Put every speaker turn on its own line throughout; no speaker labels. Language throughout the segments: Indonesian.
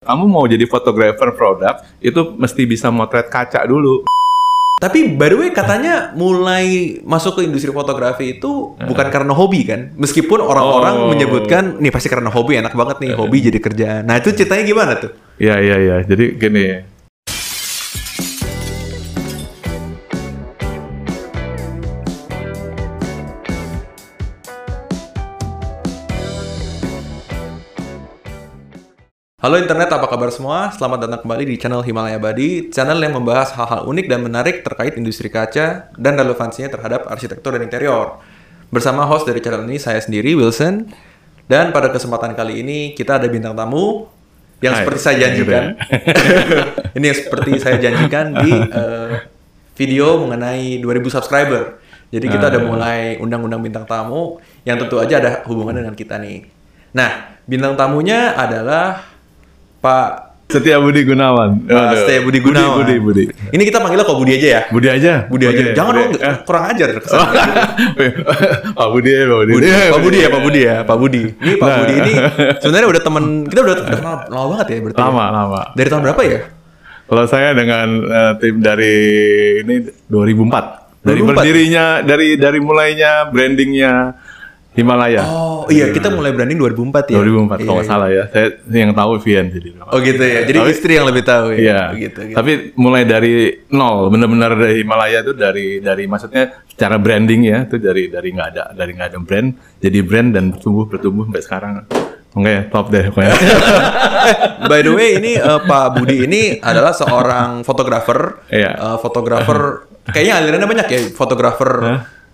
Kamu mau jadi fotografer produk itu mesti bisa motret kaca dulu.
Tapi by the way katanya mulai masuk ke industri fotografi itu bukan karena hobi kan? Meskipun orang-orang
Oh.
menyebutkan nih pasti karena hobi enak banget nih hobi jadi kerjaan. Nah itu ceritanya gimana tuh?
Iya iya iya. Jadi gini.
Halo internet, apa kabar semua? Selamat datang kembali di channel Himalaya Badi, channel yang membahas hal-hal unik dan menarik terkait industri kaca dan relevansinya terhadap arsitektur dan interior. Bersama host dari channel ini saya sendiri Wilson dan pada kesempatan kali ini kita ada bintang tamu yang
Hai.
seperti saya janjikan. ini yang seperti saya janjikan di eh, video mengenai 2000 subscriber. Jadi kita
Ah.
ada mulai undang-undang bintang tamu yang tentu aja ada hubungan dengan kita nih. Nah, bintang tamunya adalah Pak
Setia Budi Gunawan.
Pak
Aduh.
Setia Budi Gunawan.
Budi Budi.
Ini kita panggilnya kok Budi aja ya?
Budi aja.
Budi aja. Jangan dong,
Budi.
kurang ajar kesannya.
Pak Budi ya, Pak Budi. Nah.
Budi. Pak Budi ya, Pak Budi ya, Pak Budi. Ini Pak Budi ini sebenarnya udah teman kita udah, udah kenal lama banget ya berarti. ya?
Lama lama.
Dari tahun berapa ya?
Kalau saya dengan eh, tim dari ini 2004. Dari
2004.
berdirinya dari dari mulainya brandingnya Himalaya.
Oh iya, kita mulai branding 2004
2004
ya.
kalau
Iya.
nggak salah ya. Saya yang tahu Vian jadi.
Oh gitu ya. Jadi
kan. Tapi-
istri yang lebih tahu ya.
Iya.
Gitu, gitu.
Tapi mulai dari nol, benar-benar dari Himalaya itu dari dari maksudnya cara branding ya itu dari dari nggak ada dari nggak ada brand jadi brand dan bertumbuh bertumbuh sampai sekarang. Oke, top deh pokoknya.
By the way, ini eh, Pak Budi ini adalah seorang fotografer.
Iya.
Eh, fotografer kayaknya alirannya banyak ya. Fotografer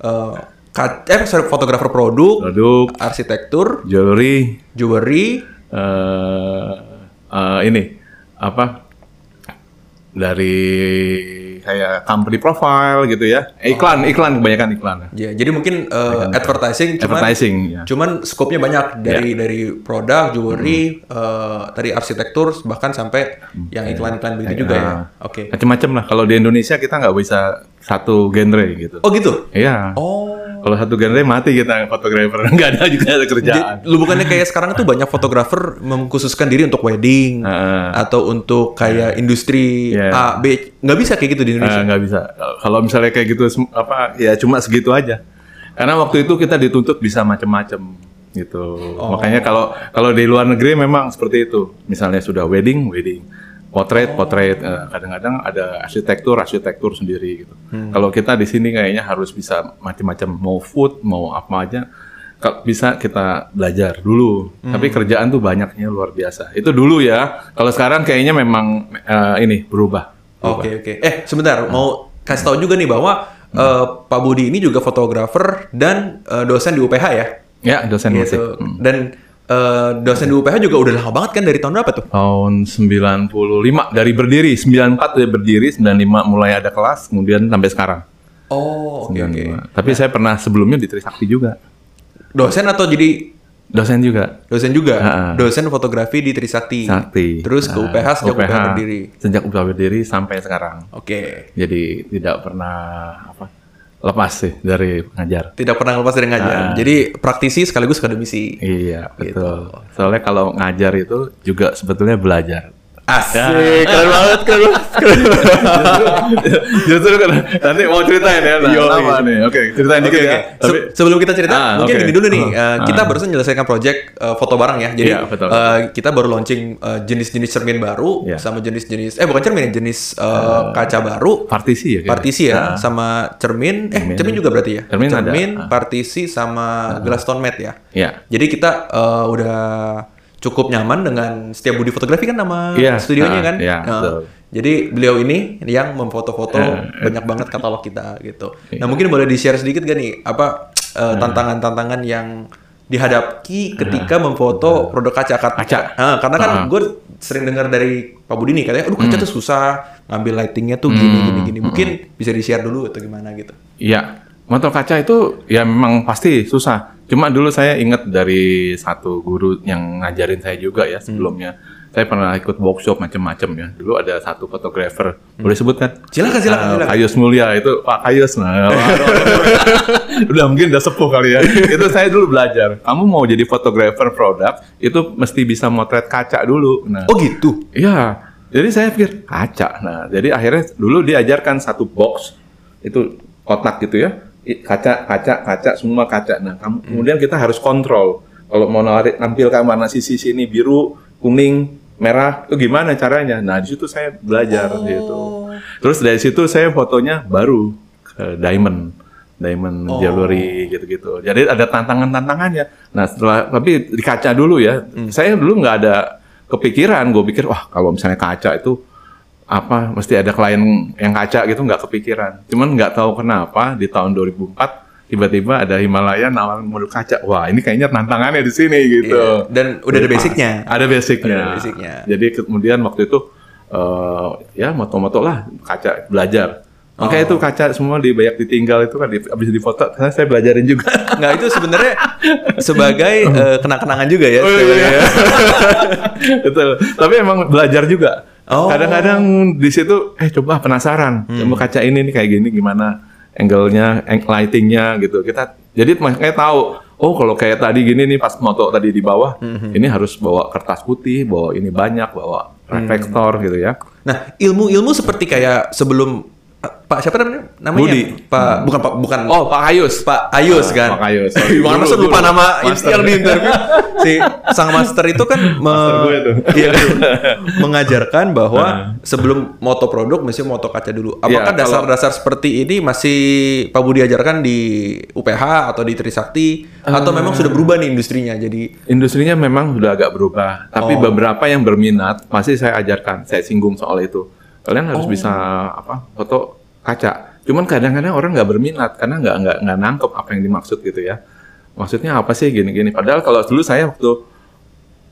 eh, ka- eh sorry, fotografer produk,
Produk,
arsitektur,
jewelry,
jewelry,
eh eh, ini apa dari kayak company profile gitu ya iklan iklan kebanyakan iklan
ya. Jadi mungkin eh, advertising cuman
advertising Iya. ya.
cuman skopnya banyak dari dari produk,
Hmm.
jewelry, eh, dari arsitektur bahkan sampai yang
Iya.
iklan-iklan begitu juga ya. Oke.
macam-macam lah kalau di Indonesia kita nggak bisa satu genre gitu
Oh gitu.
iya
Oh.
kalau satu genre mati kita fotografer nggak ada juga ada kerjaan
Lu bukannya kayak sekarang tuh banyak fotografer mengkhususkan diri untuk wedding
Heeh.
atau untuk kayak industri
Iya.
A B nggak bisa kayak gitu di
Eh,
Indonesia.
nggak bisa kalau misalnya kayak gitu sem- apa ya cuma segitu aja karena waktu itu kita dituntut bisa macam-macam gitu makanya kalau kalau di luar negeri memang seperti itu misalnya sudah wedding wedding potret potret Eh, kadang-kadang ada arsitektur arsitektur sendiri gitu kalau kita di sini kayaknya harus bisa macam-macam mau food mau apa aja Kalau bisa kita belajar dulu tapi kerjaan tuh banyaknya luar biasa itu dulu ya kalau sekarang kayaknya memang eh, ini berubah
Oke oke. Eh sebentar mau kasih tahu juga nih bahwa eh, Pak Budi ini juga fotografer dan eh, dosen di UPH ya.
Ya, dosen musik.
Gitu. Dan eh, dosen di UPH juga udah lama banget kan dari tahun berapa tuh?
Tahun 95 dari berdiri, 94 dari berdiri, 95 mulai ada kelas, kemudian sampai sekarang.
Oh oke oke.
95. Tapi saya pernah sebelumnya di Trisakti juga.
Dosen atau jadi
Dosen juga.
dosen juga?
Heeh.
Dosen fotografi di Trisakti.
Sakti.
Terus ke
Nah,
UPH sejak UPH, berdiri.
Sejak UPH berdiri sampai sekarang.
Oke.
Jadi tidak pernah apa lepas sih dari pengajar.
Tidak pernah lepas dari
Ah.
ngajar. Jadi praktisi sekaligus akademisi.
Iya, betul.
Gitu.
Soalnya kalau ngajar itu juga sebetulnya belajar. Ah.
Asik, keren banget, keren banget.
Justru kan nanti mau ceritain ya. Nah,
Yo,
lama
iya.
nih. Oke, ceritain dikit ya.
Se-
Tapi
sebelum kita cerita,
Ah,
mungkin
oke.
gini dulu nih.
Ah,
eh, kita barusan menyelesaikan project eh, foto bareng ya. Jadi
Iya, betul.
eh, kita baru launching eh, jenis-jenis cermin baru
Iya. Ah.
sama jenis-jenis eh bukan cermin, jenis eh, kaca baru,
partisi ya. kayaknya?
partisi ya, sama cermin. Eh, cermin juga berarti ya.
Cermin ada. Ah.
partisi sama glass tone mat ya.
Iya.
Jadi kita eh, udah cukup nyaman dengan setiap budi fotografi kan nama
Iya,
studionya
ah,
kan.
iya,
Nah,
betul. Eh,
jadi beliau ini yang memfoto-foto banyak banget katalog kita gitu.
Iya.
Nah mungkin boleh di share sedikit gak nih apa eh, tantangan-tantangan yang dihadapi ketika memfoto produk kaca Kar-
Eh. Kaca. Eh.
Ah, karena kan gue sering dengar dari Pak Budi nih katanya, aduh
Hmm.
kaca tuh susah ngambil lightingnya tuh gini gini gini. Mungkin bisa di share dulu atau gimana gitu.
Iya. Motor kaca itu ya memang pasti susah. Cuma dulu saya ingat dari satu guru yang ngajarin saya juga ya sebelumnya. Saya pernah ikut workshop macam-macam ya. Dulu ada satu fotografer, boleh sebut kan?
Silakan, silakan,
Ah,
silakan.
Kayus Mulia itu Pak Kayus. Nah, udah mungkin udah sepuh kali ya. itu saya dulu belajar. Kamu mau jadi fotografer produk itu mesti bisa motret kaca dulu. Nah,
Oh gitu.
Iya, jadi saya pikir kaca. Nah, jadi akhirnya dulu diajarkan satu box itu kotak gitu ya, I- kaca, kaca, kaca, semua kaca. Nah, kam- kemudian kita harus kontrol kalau mau narik nampilkan mana sisi sini biru, kuning, merah itu gimana caranya. Nah, di situ saya belajar gitu. Terus dari situ saya fotonya baru ke diamond, diamond
Oh.
jewelry gitu-gitu. Jadi ada tantangan-tantangannya. Nah, setelah tapi di kaca dulu ya.
Hmm.
Saya dulu nggak ada kepikiran, gue pikir wah kalau misalnya kaca itu apa mesti ada klien yang kaca gitu nggak kepikiran. Cuman nggak tahu kenapa di tahun 2004 tiba-tiba ada Himalaya nawarin modul kaca. Wah, ini kayaknya tantangannya di sini gitu.
Iya. Dan udah ada basicnya.
Ada basicnya.
Ada basicnya.
Jadi kemudian waktu itu eh, ya moto-moto lah kaca belajar. Makanya itu kaca semua di banyak ditinggal itu kan di, abis difoto karena saya belajarin juga.
Nggak itu sebenarnya sebagai eh, kenang-kenangan juga
Oh,
ya. sebenarnya.
iya. Betul. Tapi emang belajar juga.
Oh.
Kadang-kadang di situ eh coba penasaran. Coba kaca ini nih kayak gini gimana angle-nya, ang- lighting-nya gitu. Kita jadi makanya tahu Oh kalau kayak tadi gini nih pas moto tadi di bawah, ini harus bawa kertas putih, bawa ini banyak, bawa reflektor gitu ya.
Nah ilmu-ilmu seperti kayak sebelum eh, Pak siapa namanya? Namanya
Budi.
Pak bukan Pak bukan
Oh Pak Ayus,
Pak
Ah,
Ayus kan.
Pak Ayus.
Ih, Bang Anderson
Guru,
lupa
guru.
nama ini
Master.
yang di interview. si sang master itu kan me-
Master gue tuh.
Iya, kan? mengajarkan bahwa sebelum moto produk mesti moto kaca dulu. Apakah
Iya, kalau-
dasar-dasar seperti ini masih Pak Budi ajarkan di UPH atau di Trisakti atau
Ah.
memang sudah berubah nih industrinya jadi
Industrinya memang sudah agak berubah, tapi beberapa yang berminat pasti saya ajarkan, saya singgung soal itu. Kalian harus bisa apa foto kaca. Cuman kadang-kadang orang nggak berminat karena nggak nggak nggak nangkep apa yang dimaksud gitu ya. Maksudnya apa sih gini-gini? Padahal kalau dulu saya waktu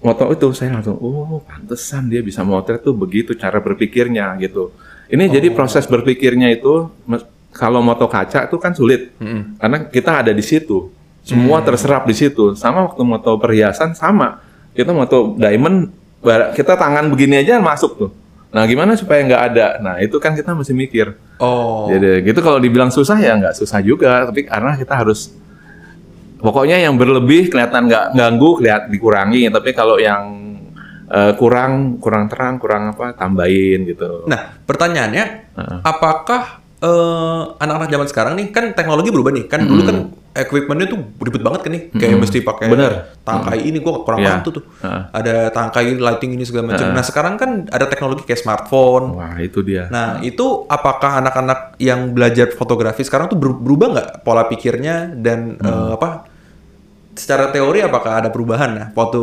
moto itu saya langsung, oh pantesan dia bisa motret tuh begitu cara berpikirnya gitu. Ini jadi proses berpikirnya itu mes- kalau moto kaca itu kan sulit karena kita ada di situ, semua terserap di situ. Sama waktu moto perhiasan sama kita moto diamond bara- kita tangan begini aja masuk tuh. Nah gimana supaya nggak ada? Nah itu kan kita mesti mikir.
oh
Jadi gitu kalau dibilang susah ya nggak susah juga, tapi karena kita harus pokoknya yang berlebih kelihatan nggak ganggu, kelihat dikurangi. Tapi kalau yang eh, kurang kurang terang kurang apa tambahin gitu.
Nah, pertanyaannya, apakah eh, anak-anak zaman sekarang nih kan teknologi berubah nih? Kan dulu kan equipmentnya tuh ribet banget kan nih, kayak mesti pakai
Bener.
tangkai ini, gua kurang
Iya.
paham tuh tuh. Ada tangkai lighting ini segala macam. Nah, sekarang kan ada teknologi kayak smartphone.
Wah itu dia.
Nah, itu apakah anak-anak yang belajar fotografi sekarang tuh ber- berubah nggak pola pikirnya dan
Hmm.
eh, apa? Secara teori apakah ada perubahan ya? Waktu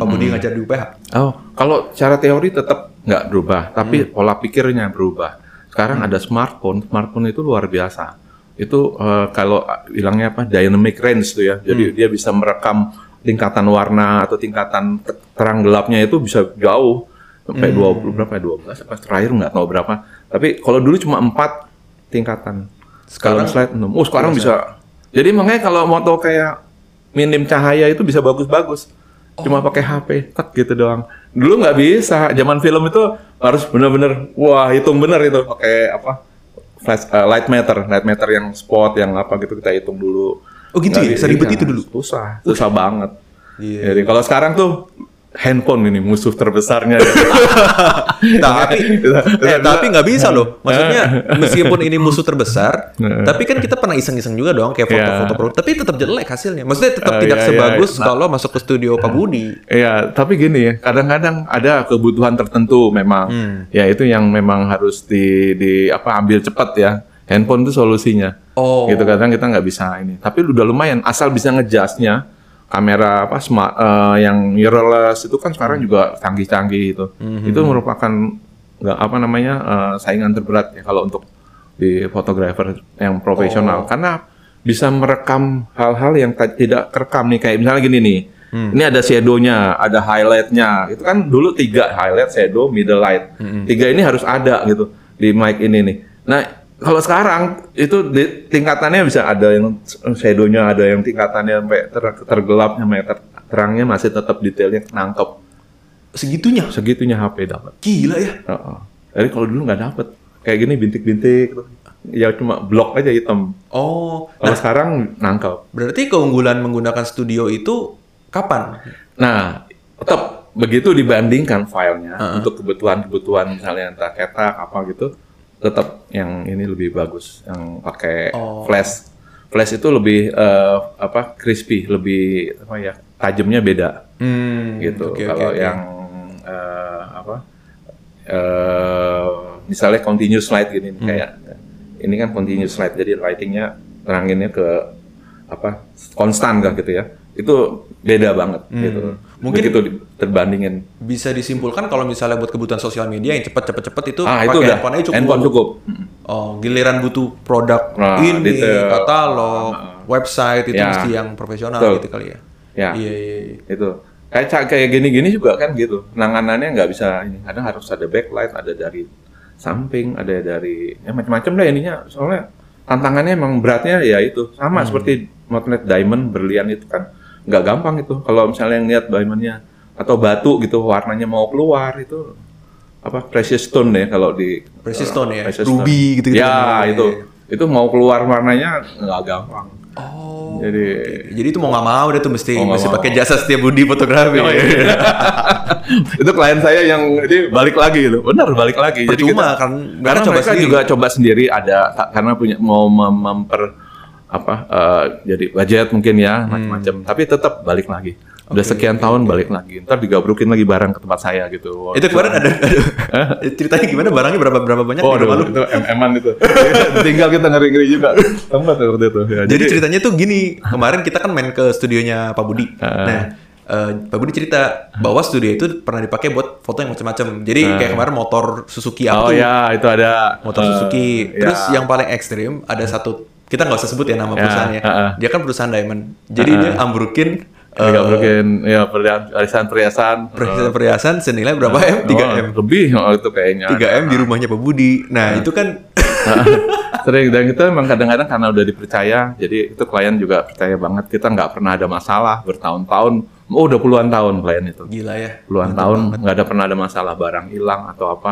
Pak Budi ngajar di UPH?
Oh, Hmm. kalau cara teori tetap nggak berubah, tapi pola pikirnya berubah. Sekarang ada smartphone, smartphone itu luar biasa. Itu eh, kalau eh, bilangnya apa dynamic range tuh ya. Jadi dia bisa merekam tingkatan warna atau tingkatan te- terang gelapnya itu bisa jauh sampai 20 berapa ya, 12 apa terakhir nggak tahu berapa. Tapi kalau dulu cuma 4 tingkatan. Sekarang slide 6. Oh, sekarang bisa. Jadi makanya kalau moto kayak minim cahaya itu bisa bagus-bagus.
Oh.
Cuma pakai HP, tek gitu doang. Dulu nggak bisa. Zaman film itu harus bener-bener, wah hitung bener itu pakai apa flash eh, light meter, light meter yang spot, yang apa gitu kita hitung dulu.
Oh gitu
Nggak
ya, seribet
bisa.
itu dulu.
Susah, susah banget.
Iya.
Jadi kalau sekarang tuh handphone ini musuh terbesarnya. ya.
tapi
Gitu.
eh, tapi nggak bisa loh maksudnya meskipun ini musuh terbesar
Nah.
tapi kan kita pernah iseng-iseng juga dong kayak foto-foto produk tapi tetap jelek hasilnya maksudnya
Iya.
tetap
Oh,
tidak
iya, iya.
sebagus kalau masuk ke studio Pak Budi
Iya, tapi gini ya, kadang-kadang ada kebutuhan tertentu memang. Ya itu yang memang harus di, di apa ambil cepat ya. Handphone itu solusinya.
Oh.
Gitu kadang kita nggak bisa ini. Tapi udah lumayan asal bisa ngejasnya kamera apa smart eh, yang mirrorless itu kan sekarang juga canggih-canggih itu. Itu merupakan nggak apa namanya eh, saingan terberat ya kalau untuk di fotografer yang profesional karena bisa merekam hal-hal yang ta- tidak terekam nih kayak misalnya gini nih ini ada shadow-nya ada highlight-nya itu kan dulu tiga highlight shadow middle light tiga ini harus ada gitu di mic ini nih nah kalau sekarang itu di- tingkatannya bisa ada yang shadow-nya ada yang tingkatannya sampai ter- tergelap sampai ter- terangnya masih tetap detailnya nangkep
segitunya.
segitunya HP dapat.
Gila ya.
Heeh. Jadi kalau dulu nggak dapat kayak gini bintik-bintik ya cuma blok aja hitam.
Oh,
Kalau sekarang nangkep.
berarti keunggulan menggunakan studio itu kapan?
Nah, tetap begitu dibandingkan filenya
Heeh.
untuk kebutuhan-kebutuhan misalnya entah cetak apa gitu, tetap yang ini lebih bagus yang pakai
Oh.
flash. Flash itu lebih eh, apa crispy, lebih apa ya tajamnya beda
Hmm,
gitu.
oke, oke,
Kalau
oke.
yang eh, apa eh, misalnya continuous light gini
Hmm.
nih, kayak ini kan continuous light jadi lightingnya teranginnya ke apa konstan kah gitu ya itu beda banget gitu
Hmm. Mungkin-
begitu di- terbandingin
bisa disimpulkan kalau misalnya buat kebutuhan sosial media yang cepat cepat cepat itu
ah itu
pakai
udah
handphone aja cukup.
handphone cukup
Oh, giliran butuh produk
Nah,
ini,
detail.
katalog, website itu
Ya.
mesti yang profesional
Betul.
gitu kali ya.
Ya.
Iya, iya, iya.
itu kayak ca- kayak gini-gini juga kan gitu nanganannya nggak bisa ini kadang harus ada backlight ada dari samping ada dari ya macam-macam deh ininya soalnya tantangannya emang beratnya ya itu sama
Hmm.
seperti magnet diamond berlian itu kan nggak gampang itu kalau misalnya ngeliat diamondnya atau batu gitu warnanya mau keluar itu apa precious stone ya kalau di
Precious stone ya?
precious
Ruby
stone.
gitu-gitu
ya
kan.
itu itu mau keluar warnanya nggak gampang
Oh.
jadi
Jadi itu mau nggak mau dia tuh mesti
Mau nggak
mesti
mau.
pakai jasa setiap budi fotografi.
Oh, iya. itu klien saya yang ini balik lagi gitu. Benar balik lagi.
Percuma, kan mereka
karena
coba
mereka
sendiri.
juga coba sendiri ada ta- karena punya mau mem- memper apa eh, jadi budget mungkin ya
Hmm.
macam-macam. Tapi tetap balik lagi. Udah sekian tahun balik lagi. Ntar digabrukin lagi barang ke tempat saya gitu.
itu kemarin ada, ada ceritanya gimana barangnya berapa berapa banyak
Oh,
di rumah
aduh,
lu?
itu MM-an itu. Tinggal kita ngeri-ngeri juga. Tempat seperti itu. Ya,
Jadi ceritanya tuh gini, kemarin kita kan main ke studionya Pak Budi.
Ah.
Nah, eh, Pak Budi cerita bahwa studio itu pernah dipakai buat foto yang macam-macam. Jadi kayak kemarin motor Suzuki
Ah.
apa
Oh
tuh,
ya, itu ada
motor
eh,
Suzuki.
ya.
Terus yang paling ekstrim ada satu, kita nggak usah sebut ya
Ya,
nama perusahaannya.
eh, eh.
Dia kan perusahaan diamond. Jadi
Ah,
dia ambrukin eh,
digabrukin ya perlian- perhiasan-perhiasan.
perhiasan-perhiasan senilai berapa m? 3 m.
Oh, lebih oh, itu kayaknya.
3 m di rumahnya Pak Budi. Nah, itu kan
sering dan kita memang kadang-kadang karena udah dipercaya jadi itu klien juga percaya banget kita nggak pernah ada masalah bertahun-tahun oh udah puluhan tahun klien itu
gila ya.
puluhan tahun nggak ada pernah ada masalah barang hilang atau apa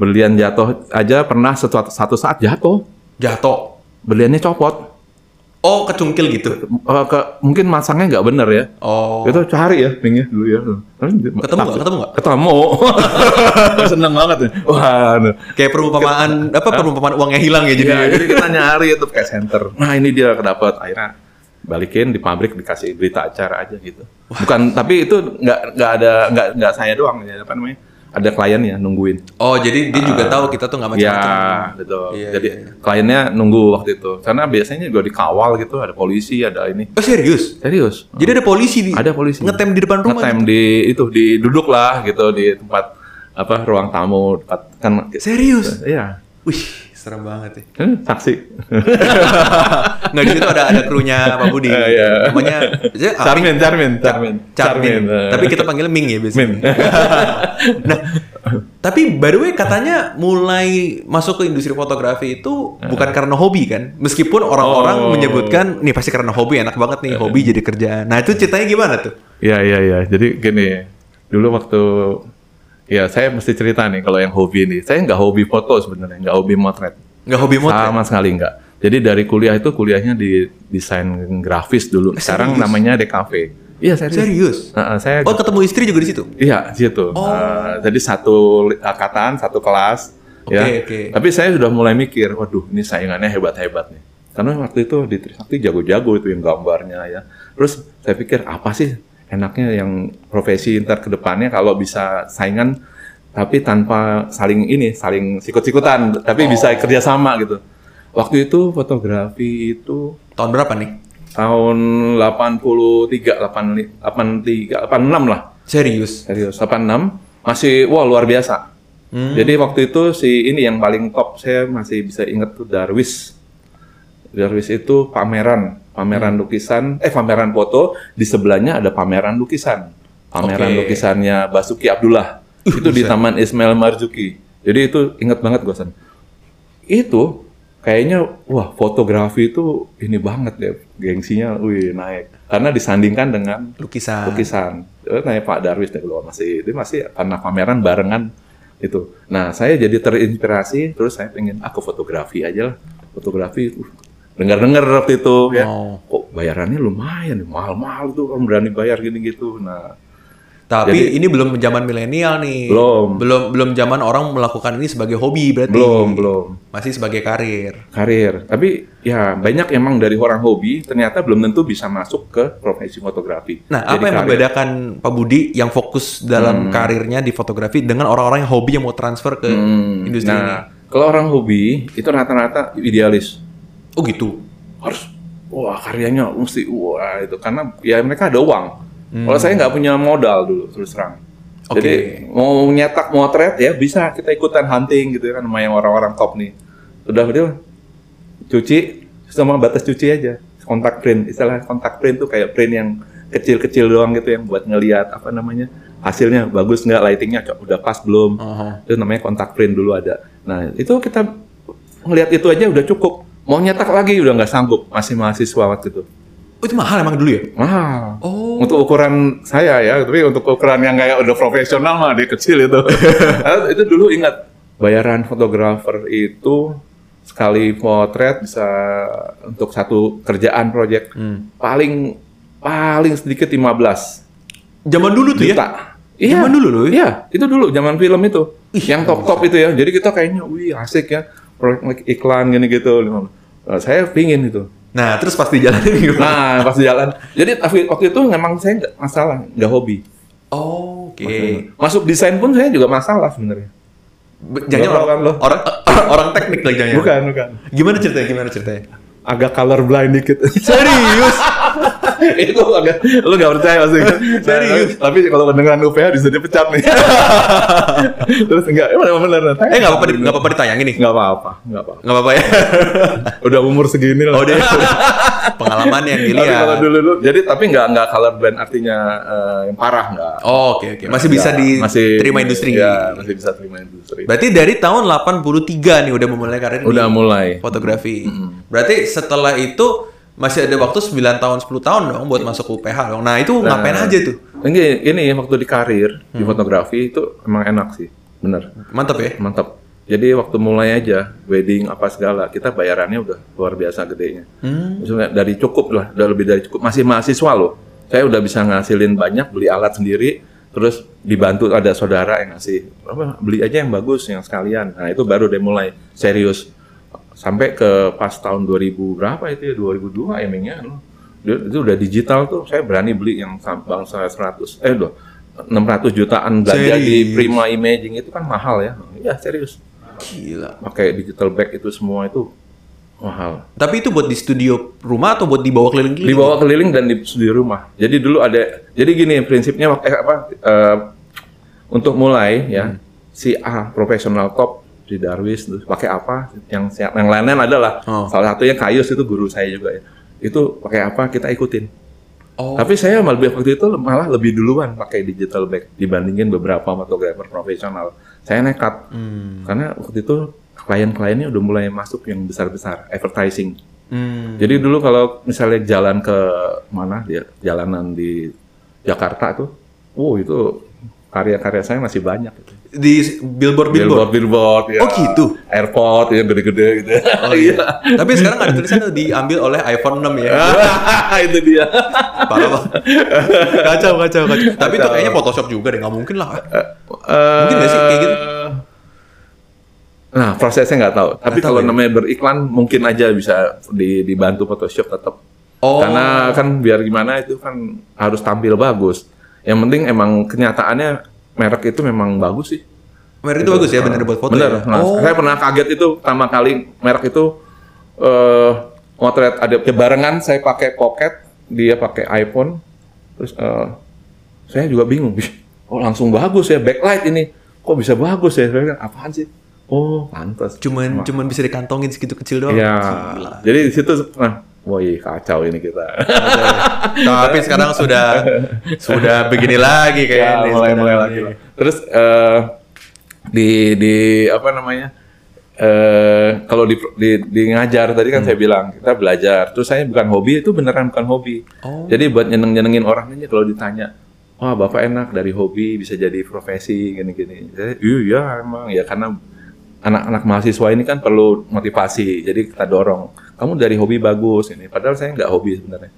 berlian jatuh aja pernah sesuatu satu saat jatuh
Jatuh.
berliannya copot
Oh, kecungkil gitu.
Eh, ke- mungkin masangnya nggak bener ya
Oh.
itu cari ya pingnya dulu ya
Ketemu nggak? Ketemu nggak?
ketemu seneng banget ya. wah aduh.
Kayak perumpamaan apa perumpamaan uangnya hilang ya jadi.
Iya, jadi kita nyari itu kayak center. Nah ini dia kedapat akhirnya balikin di pabrik dikasih berita acara aja gitu. Bukan tapi itu nggak nggak ada nggak nggak saya doang ya apa namanya ada kliennya nungguin.
Oh, jadi dia juga tahu Oh, kita tuh nggak
Iya
macam-macam.
betul.
Iya,
jadi
iya,
kliennya nunggu waktu itu karena biasanya juga dikawal gitu ada polisi ada ini
Oh, serius?
serius.
Jadi ada polisi di
Ada polisi.
ngetem di depan rumah. gitu?
Ngetem di itu di duduk lah gitu di tempat apa ruang tamu tempat kan
Serius?
iya
Wih, serem banget ya.
Eh, saksi
Nggak di situ ada ada krunya Pak Budi.
Iya, iya.
Namanya saya-
Charmin Charmin Charmin
Charmin.
eh.
Tapi kita panggilnya Ming ya biasanya.
Min.
Nah, tapi by the way katanya mulai masuk ke industri fotografi itu bukan karena hobi kan? Meskipun orang-orang
Oh.
menyebutkan nih pasti karena hobi enak banget nih hobi jadi kerjaan. Nah, itu ceritanya gimana tuh?
Iya iya iya. Jadi gini, dulu waktu ya saya mesti cerita nih kalau yang hobi nih. Saya nggak hobi foto sebenarnya, nggak hobi motret.
Nggak hobi motret.
Sama sekali nggak. Jadi dari kuliah itu kuliahnya di desain grafis dulu. Sekarang namanya DKV. Eh, Iya serius.
Serius?
Nah, saya
Oh, ketemu istri juga di situ.
Iya, di situ.
Oh.
Eh, jadi satu li- angkatan, satu kelas.
Oke,
ya.
oke.
Tapi saya sudah mulai mikir, waduh, ini saingannya hebat-hebat nih. Karena waktu itu di Trisakti jago-jago itu yang gambarnya ya. Terus saya pikir apa sih enaknya yang profesi ntar kedepannya kalau bisa saingan tapi tanpa saling ini, saling sikut-sikutan, tapi bisa
Oh.
kerjasama gitu. Waktu itu fotografi itu
Tahun berapa nih?
tahun 83, 85, 83, 86 lah
Serius.
serius 86 masih wah luar biasa jadi waktu itu si ini yang paling top saya masih bisa ingat tuh Darwis Darwis itu pameran pameran lukisan eh pameran foto di sebelahnya ada pameran lukisan pameran
Oke.
lukisannya Basuki Abdullah itu di Taman Ismail Marzuki jadi itu ingat banget gue San. itu kayaknya wah fotografi itu ini banget ya gengsinya wih naik karena disandingkan dengan
Lukisan.
lukisan. Eh, Nanya Pak Darwis deh kalau masih dia masih karena pameran barengan itu. Nah saya jadi terinspirasi terus saya pengen aku fotografi aja lah fotografi. Uh, Dengar-dengar waktu itu ya.
Oh.
Kok bayarannya lumayan mahal-mahal tuh orang berani bayar gini gitu. Nah
Tapi
Jadi-
ini belum zaman milenial nih.
Belum.
Belum belum zaman orang melakukan ini sebagai hobi berarti.
belum belum
Masih sebagai karir.
karir. Tapi ya banyak emang dari orang hobi ternyata belum tentu bisa masuk ke profesi fotografi.
Nah,
Jadi
apa yang
karir.
membedakan Pak Budi yang fokus dalam karirnya di fotografi dengan orang-orang yang hobi yang mau transfer ke
Hmm,
industri ini?
nah, kalau orang hobi itu rata-rata idealis.
Oh gitu.
Harus wah karyanya mesti wah itu karena ya mereka ada uang. Kalau saya nggak punya modal dulu terus terang.
Oke.
Jadi mau nyetak motret ya bisa kita ikutan hunting gitu ya kan sama yang orang-orang top nih. Sudah dia cuci sama batas cuci aja kontak print istilah kontak print tuh kayak print yang kecil-kecil doang gitu yang buat ngelihat apa namanya hasilnya bagus nggak lightingnya cok, udah pas belum
Aha.
itu namanya kontak print dulu ada. Nah itu kita ngelihat itu aja udah cukup. Mau nyetak lagi udah nggak sanggup masih mahasiswa waktu itu.
Oh, itu mahal emang dulu ya?
Mahal.
Oh.
Untuk ukuran saya ya, tapi untuk ukuran yang kayak udah profesional mah dia kecil itu.
Ah,
Nah, itu dulu ingat bayaran fotografer itu sekali potret bisa untuk satu kerjaan project
Hmm.
paling paling sedikit 15
Zaman dulu tuh ya?
juta. Iya.
Zaman dulu loh ya?
Iya, itu dulu zaman film itu. yang top-top itu ya. Jadi kita kayaknya wih asik ya. Proyek iklan gini gitu. Nah, saya pingin itu.
Nah, terus pasti jalanin gimana?
Nah, pas di jalan. Jadi tapi waktu itu memang saya nggak masalah, nggak hobi.
Oh, Oke.
Masuk desain pun saya juga masalah sebenarnya.
Be- Jangan
Lo tau kan
orang,
lo?
orang orang orang teknik lagi jangan.
Bukan, bukan.
Gimana ceritanya? Gimana ceritanya?
Iya. Agak color blind dikit.
Serius?
itu agak lu nggak percaya pasti.
Serius?
Nah, tapi kalau kedengeran UPH bisa dipecat nih. Terus enggak, eh benar-benar.
eh nggak apa-apa, di- nggak apa-apa ditayangin nih.
Nggak apa-apa, nggak apa.
Nggak apa-apa ya.
Udah umur ya. segini lah.
Oh, dia pengalaman yang
Tapi kalau
dilihat.
dulu dulu, jadi tapi nggak nggak color blend artinya eh, yang parah nggak.
Oh, oke oke. Masih bisa
Nggak,
diterima industri.
Iya, masih bisa terima industri.
Berarti dari tahun 83 nih udah memulai karir di
Udah mulai.
fotografi. Berarti setelah itu masih ada waktu 9 tahun 10 tahun dong buat masuk UPH dong. Iya. Nah, itu ngapain aja tuh?
Ini ini waktu di karir di fotografi itu emang enak sih, bener,
Mantap ya.
mantap. Jadi waktu mulai aja wedding apa segala, kita bayarannya udah luar biasa gedenya. Maksudnya dari cukup lah, udah lebih dari cukup. Masih mahasiswa loh, saya udah bisa ngasilin banyak, beli alat sendiri, terus dibantu ada saudara yang ngasih, apa, beli aja yang bagus, yang sekalian. Nah itu baru deh mulai serius. Sampai ke pas tahun 2000 berapa itu ya, 2002 ya Ming, ya. Dia- Itu udah digital tuh, saya berani beli yang sam- bangsa 100, eh udah 600 jutaan belanja
Serius?
di Prima Imaging itu kan mahal ya. Iya serius.
Gila.
Pakai digital bag itu semua itu mahal.
Tapi itu buat di studio rumah atau buat dibawa keliling-keliling?
Dibawa keliling dan di, di rumah. Jadi dulu ada jadi gini prinsipnya waktu eh, apa eh, untuk mulai
Hmm.
ya si A profesional top di Darwis terus pakai apa yang si- yang lain-lain adalah
Oh.
salah satunya Kayus itu guru saya juga ya. Itu pakai apa kita ikutin.
Oh.
Tapi saya malah lebih- waktu itu malah lebih duluan pakai digital bag dibandingin beberapa fotografer profesional. Saya nekat
Hmm.
karena waktu itu klien-kliennya udah mulai masuk yang besar-besar advertising.
Hmm.
Jadi dulu kalau misalnya jalan ke mana dia jalanan di Jakarta tuh, wow itu karya-karya saya masih banyak. Gitu.
Di billboard billboard.
Billboard, billboard, ya.
Oh gitu.
airport yang gede-gede gitu.
Oh, iya. Tapi sekarang ada tulisannya diambil oleh iPhone 6 ya.
itu dia.
Parah banget. Kacau, kacau, kacau. Tapi itu kayaknya Photoshop juga deh, nggak mungkin lah. Mungkin nggak sih kayak gitu?
Eh, Nah, prosesnya nggak tahu. Tapi
tahu
kalau
ya?
namanya beriklan, mungkin aja bisa di- dibantu Photoshop tetap.
Oh.
Karena kan biar gimana itu kan harus tampil bagus. Yang penting emang kenyataannya merek itu memang bagus sih.
Merek itu bagus ya, bener buat foto
Bener.
ya.
Nah,
Oh.
Saya pernah kaget itu pertama kali merek itu eh motret ada ya, barengan saya pakai pocket, dia pakai iPhone. Terus eh, saya juga bingung, "Bih, oh langsung bagus ya backlight ini. Kok bisa bagus ya? Saya bilang, apaan sih? Oh, pantas.
Cuman cuman bisa dikantongin segitu kecil doang.
Iya.
Gila.
Jadi di situ nah, woi kacau ini kita.
Tapi sekarang sudah sudah begini lagi
ya,
kayaknya.
iya. mulai mulai
Sudah
lagi. Terus eh, di di apa namanya eh kalau di, di, di ngajar tadi
Hmm.
kan saya bilang kita belajar. Terus saya bukan hobi itu beneran bukan hobi.
Oh.
Jadi buat nyeneng-nyenengin orang aja kalau ditanya, wah bapak enak dari hobi bisa jadi profesi gini-gini. Jadi, Iya emang ya karena anak-anak mahasiswa ini kan perlu motivasi. Jadi kita dorong. Kamu dari hobi bagus ini. Padahal saya nggak hobi sebenarnya.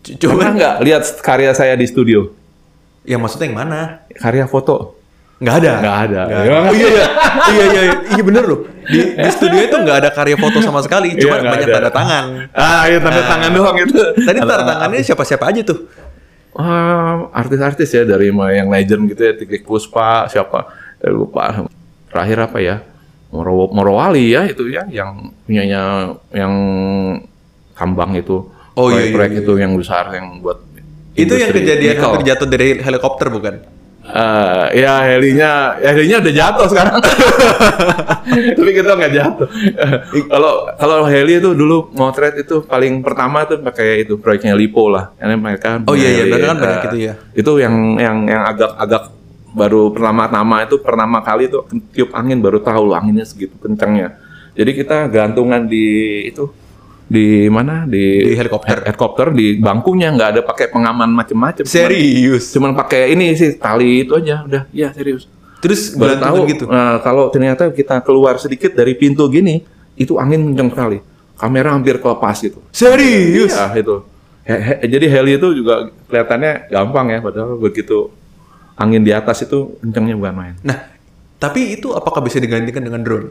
C-
Coba
Cuma
nggak lihat karya saya di studio?
ya maksudnya yang mana?
Karya foto?
Nggak ada.
Nggak ada.
Nggak ada. Oh, iya iya. iya iya iya. iya bener loh. Di, di studio itu nggak ada karya foto sama sekali,
Iya,
cuma
nggak
banyak
ada.
tanda tangan.
Ah,
iya,
ya tanda tangan doang itu.
Tadi tanda tangannya siapa-siapa aja tuh.
Wah, artis-artis ya dari ma- yang legend gitu ya, Titik Puspa, siapa? Eh, lupa. Terakhir apa ya? Moro, Morowali ya itu ya yang punyanya yang kambang itu.
Oh, iya,
proyek,
iya, iya.
itu yang besar yang buat
Itu yang
industri
kejadian
nikel.
hampir jatuh dari helikopter bukan?
Eh, ya helinya, ya, helinya udah jatuh sekarang. Tapi kita nggak jatuh. Kalau kalau heli itu dulu motret itu paling pertama tuh pakai itu proyeknya Lipo lah. Karena mereka
Oh,
punya
iya, iya,
heli,
mereka kan
eh,
banyak gitu ya.
Itu yang yang yang agak-agak baru pertama-tama itu pertama kali itu tiup angin baru tahu loh anginnya segitu kencangnya. Jadi kita gantungan di itu di mana di,
Di helikopter.
helikopter di bangkunya nggak ada pakai pengaman macem-macem. Cuman-
Serius.
cuman pakai ini sih tali itu aja udah ya serius
Terus
baru tahu
berantungan gitu.
nah, kalau ternyata kita keluar sedikit dari pintu gini itu angin kenceng sekali kamera hampir kelepas gitu
Serius.
iya itu He- he- jadi heli itu juga kelihatannya gampang ya padahal begitu angin di atas itu kencengnya bukan main
Nah, tapi itu apakah bisa digantikan dengan drone?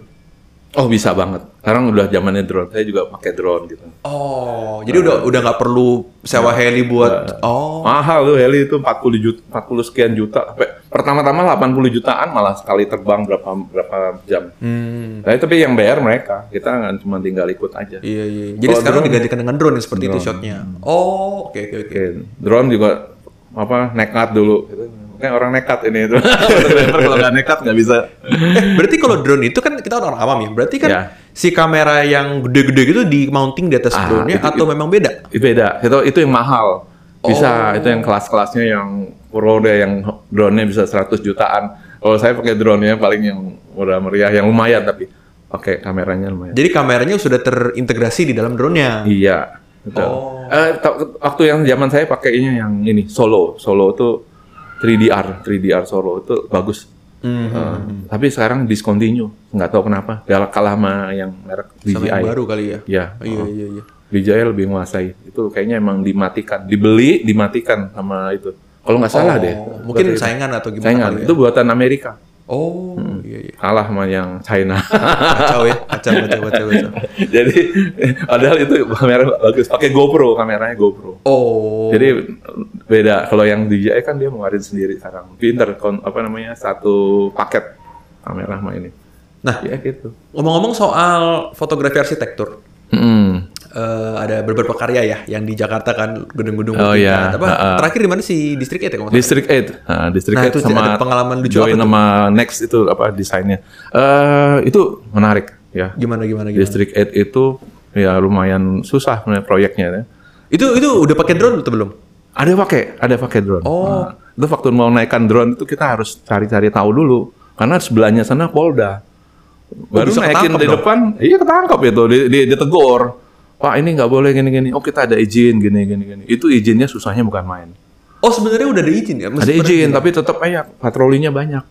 oh bisa banget sekarang udah zamannya drone saya juga pakai drone gitu
Oh,
nah.
jadi udah udah nggak perlu sewa heli buat oh.
mahal tuh heli itu 40 juta 40 sekian juta sampai pertama-tama 80 jutaan malah sekali terbang berapa berapa jam
Hmm.
Nah, tapi yang bayar mereka, kita nggak cuma tinggal ikut aja.
Iya iya. Jadi
Kalau
sekarang
drone-
digantikan dengan drone yang seperti itu shotnya. Oh, oke oke oke.
Oke, drone juga apa nekat dulu. Gitu. Kayak orang nekat ini itu. Fotografer kalau nggak nekat nggak bisa.
Eh, berarti kalau drone itu kan kita orang awam ya. Berarti kan
Ya.
si kamera yang gede-gede gitu di mounting di atas
Ah,
drone-nya
itu-
atau memang beda?
Itu beda. Itu itu yang mahal. Bisa itu yang kelas-kelasnya yang pro deh yang drone-nya bisa 100 jutaan. Kalau saya pakai drone-nya paling yang murah meriah, yang lumayan tapi pakai kameranya lumayan.
Jadi kameranya sudah terintegrasi di dalam drone-nya.
Iya. Betul.
Oh.
Eh, ta- waktu yang zaman saya pakainya yang ini Solo. Solo itu 3DR, 3DR Solo itu bagus.
Hmm.
Eh, tapi sekarang discontinue, nggak tahu kenapa. Gak kalah sama yang merek
Sama yang
DJI.
baru kali ya.
Ya,
Oh, iya iya iya.
DJI lebih menguasai. Itu kayaknya emang dimatikan, dibeli, dimatikan sama itu. Kalau nggak salah
Oh,
deh.
Mungkin
Buatan-
saingan atau gimana
saingan. Hmm.
kali ya.
Itu buatan Amerika.
Oh, iya iya.
Kalah sama yang China.
Kacau ya, kacau kacau kacau. kacau.
Jadi padahal itu kamera bagus. Pakai GoPro, kameranya GoPro.
Oh.
Jadi beda kalau yang DJI kan dia ngeluarin sendiri sekarang. Pinter kon- apa namanya? Satu paket kamera sama ini.
Nah.
ya gitu.
Ngomong-ngomong soal fotografi arsitektur,
Mm.
eh, ada beberapa karya ya yang di Jakarta kan gedung-gedung
Oh,
bertingkat.
iya.
Apa,
Ah, ah.
terakhir di mana sih distrik 8 ya kalau nggak salah?
District 8. Nah, District
Nah,
8
itu
sama
ada pengalaman lucu
join
apa
sama Next itu apa desainnya. Eh itu menarik ya.
gimana gimana gimana
District 8 itu ya lumayan susah sebenarnya proyeknya ya.
itu itu udah pakai drone atau belum
Ada pakai, ada pakai drone.
Oh.
Nah, itu waktu mau naikkan drone itu kita harus cari-cari tahu dulu karena sebelahnya sana Polda. Baru
Oh, bisa
naikin
ketangkep
di
dong?
depan, iya ketangkap itu, di, di, ditegur. Pak ini nggak boleh gini-gini. Oh kita ada izin gini-gini gini. Itu izinnya susahnya bukan main.
oh sebenarnya udah ada izin ya Mas-
ada izin tapi tetap aja patrolinya banyak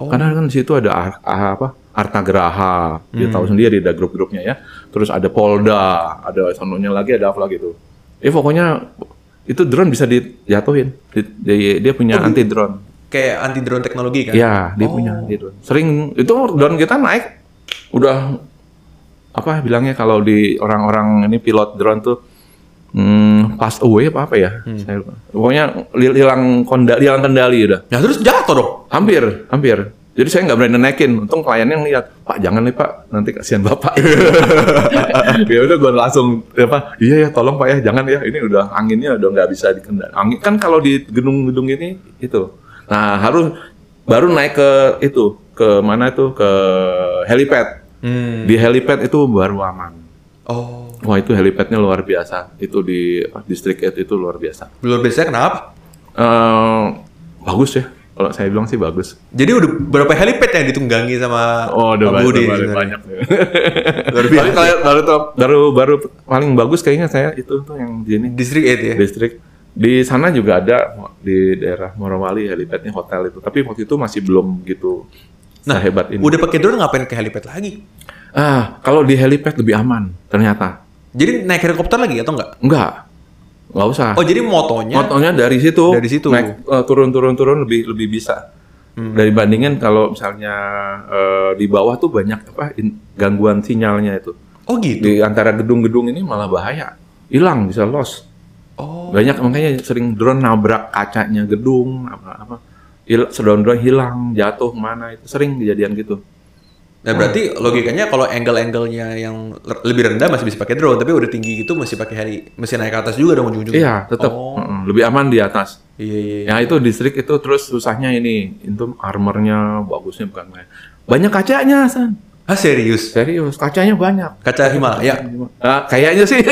Oh.
karena kan di situ ada ar- ah, apa Arta Graha dia tahu sendiri ada grup-grupnya ya terus ada Polda ada sononya lagi ada apa lagi itu eh pokoknya itu drone bisa dijatuhin Di- di- dia punya anti drone
kayak anti drone teknologi kan
ya dia punya anti drone sering itu drone kita naik udah apa bilangnya kalau di orang-orang ini pilot drone tuh hmm, pass away apa apa ya Saya lupa. pokoknya hil- hilang konda- hilang kendali udah
ya terus jatuh dong
Hampir, hampir. Jadi saya nggak berani naikin. Untung kliennya ngeliat, Pak jangan nih Pak, nanti kasihan Bapak. ya udah gue langsung, ya Pak, iya ya tolong Pak ya, jangan ya. Ini udah anginnya udah nggak bisa dikendali. Angin kan kalau di gedung-gedung ini itu. Nah harus baru naik ke itu, ke mana itu ke helipad.
hmm.
Di helipad itu baru aman.
oh
Wah itu helipadnya luar biasa. Itu di apa, distrik 8 itu luar biasa.
luar biasa kenapa
Eh, bagus ya. Kalau saya bilang sih bagus.
Jadi udah berapa helipad yang ditunggangi sama
Oh, udah
Pak
banyak.
Budi
udah
sebenarnya?
banyak. Tapi kalau baru top- baru baru paling bagus kayaknya saya itu tuh yang
Di
gini
Distrik 8 ya.
distrik di sana juga ada di daerah ya, Morowali helipadnya hotel itu. Tapi waktu itu masih belum gitu
Nah,
sehebat ini.
Udah pakai drone ngapain ke helipad lagi?
Ah, kalau di helipad lebih aman ternyata.
Jadi naik helikopter lagi atau enggak?
Enggak. Enggak usah.
Oh, jadi motonya
Motornya dari situ.
Dari situ. Hmm.
Naik, eh, turun turun turun lebih lebih bisa. Dari bandingin kalau misalnya eh, di bawah tuh banyak apa in- gangguan sinyalnya itu.
Oh, gitu.
Di antara gedung-gedung ini malah bahaya. Hilang bisa lost.
Oh.
Banyak makanya sering drone nabrak kacanya gedung apa apa. Hil- Sedondong hilang, jatuh mana itu sering kejadian gitu.
Nah, berarti logikanya kalau angle-angle-nya yang le- lebih rendah masih bisa pakai drone, tapi udah tinggi gitu mesti pakai heli, mesti naik ke atas juga dong ujung-ujungnya.
Iya, tetap
Oh.
Mm-mm, lebih aman di atas.
Iya, iya, iya.
Ya itu distrik itu terus susahnya ini, itu armornya bagusnya bukan main. Banyak kacanya, San.
Ah, serius.
Serius, kacanya banyak.
Kaca Himalaya.
Ah, kayaknya sih.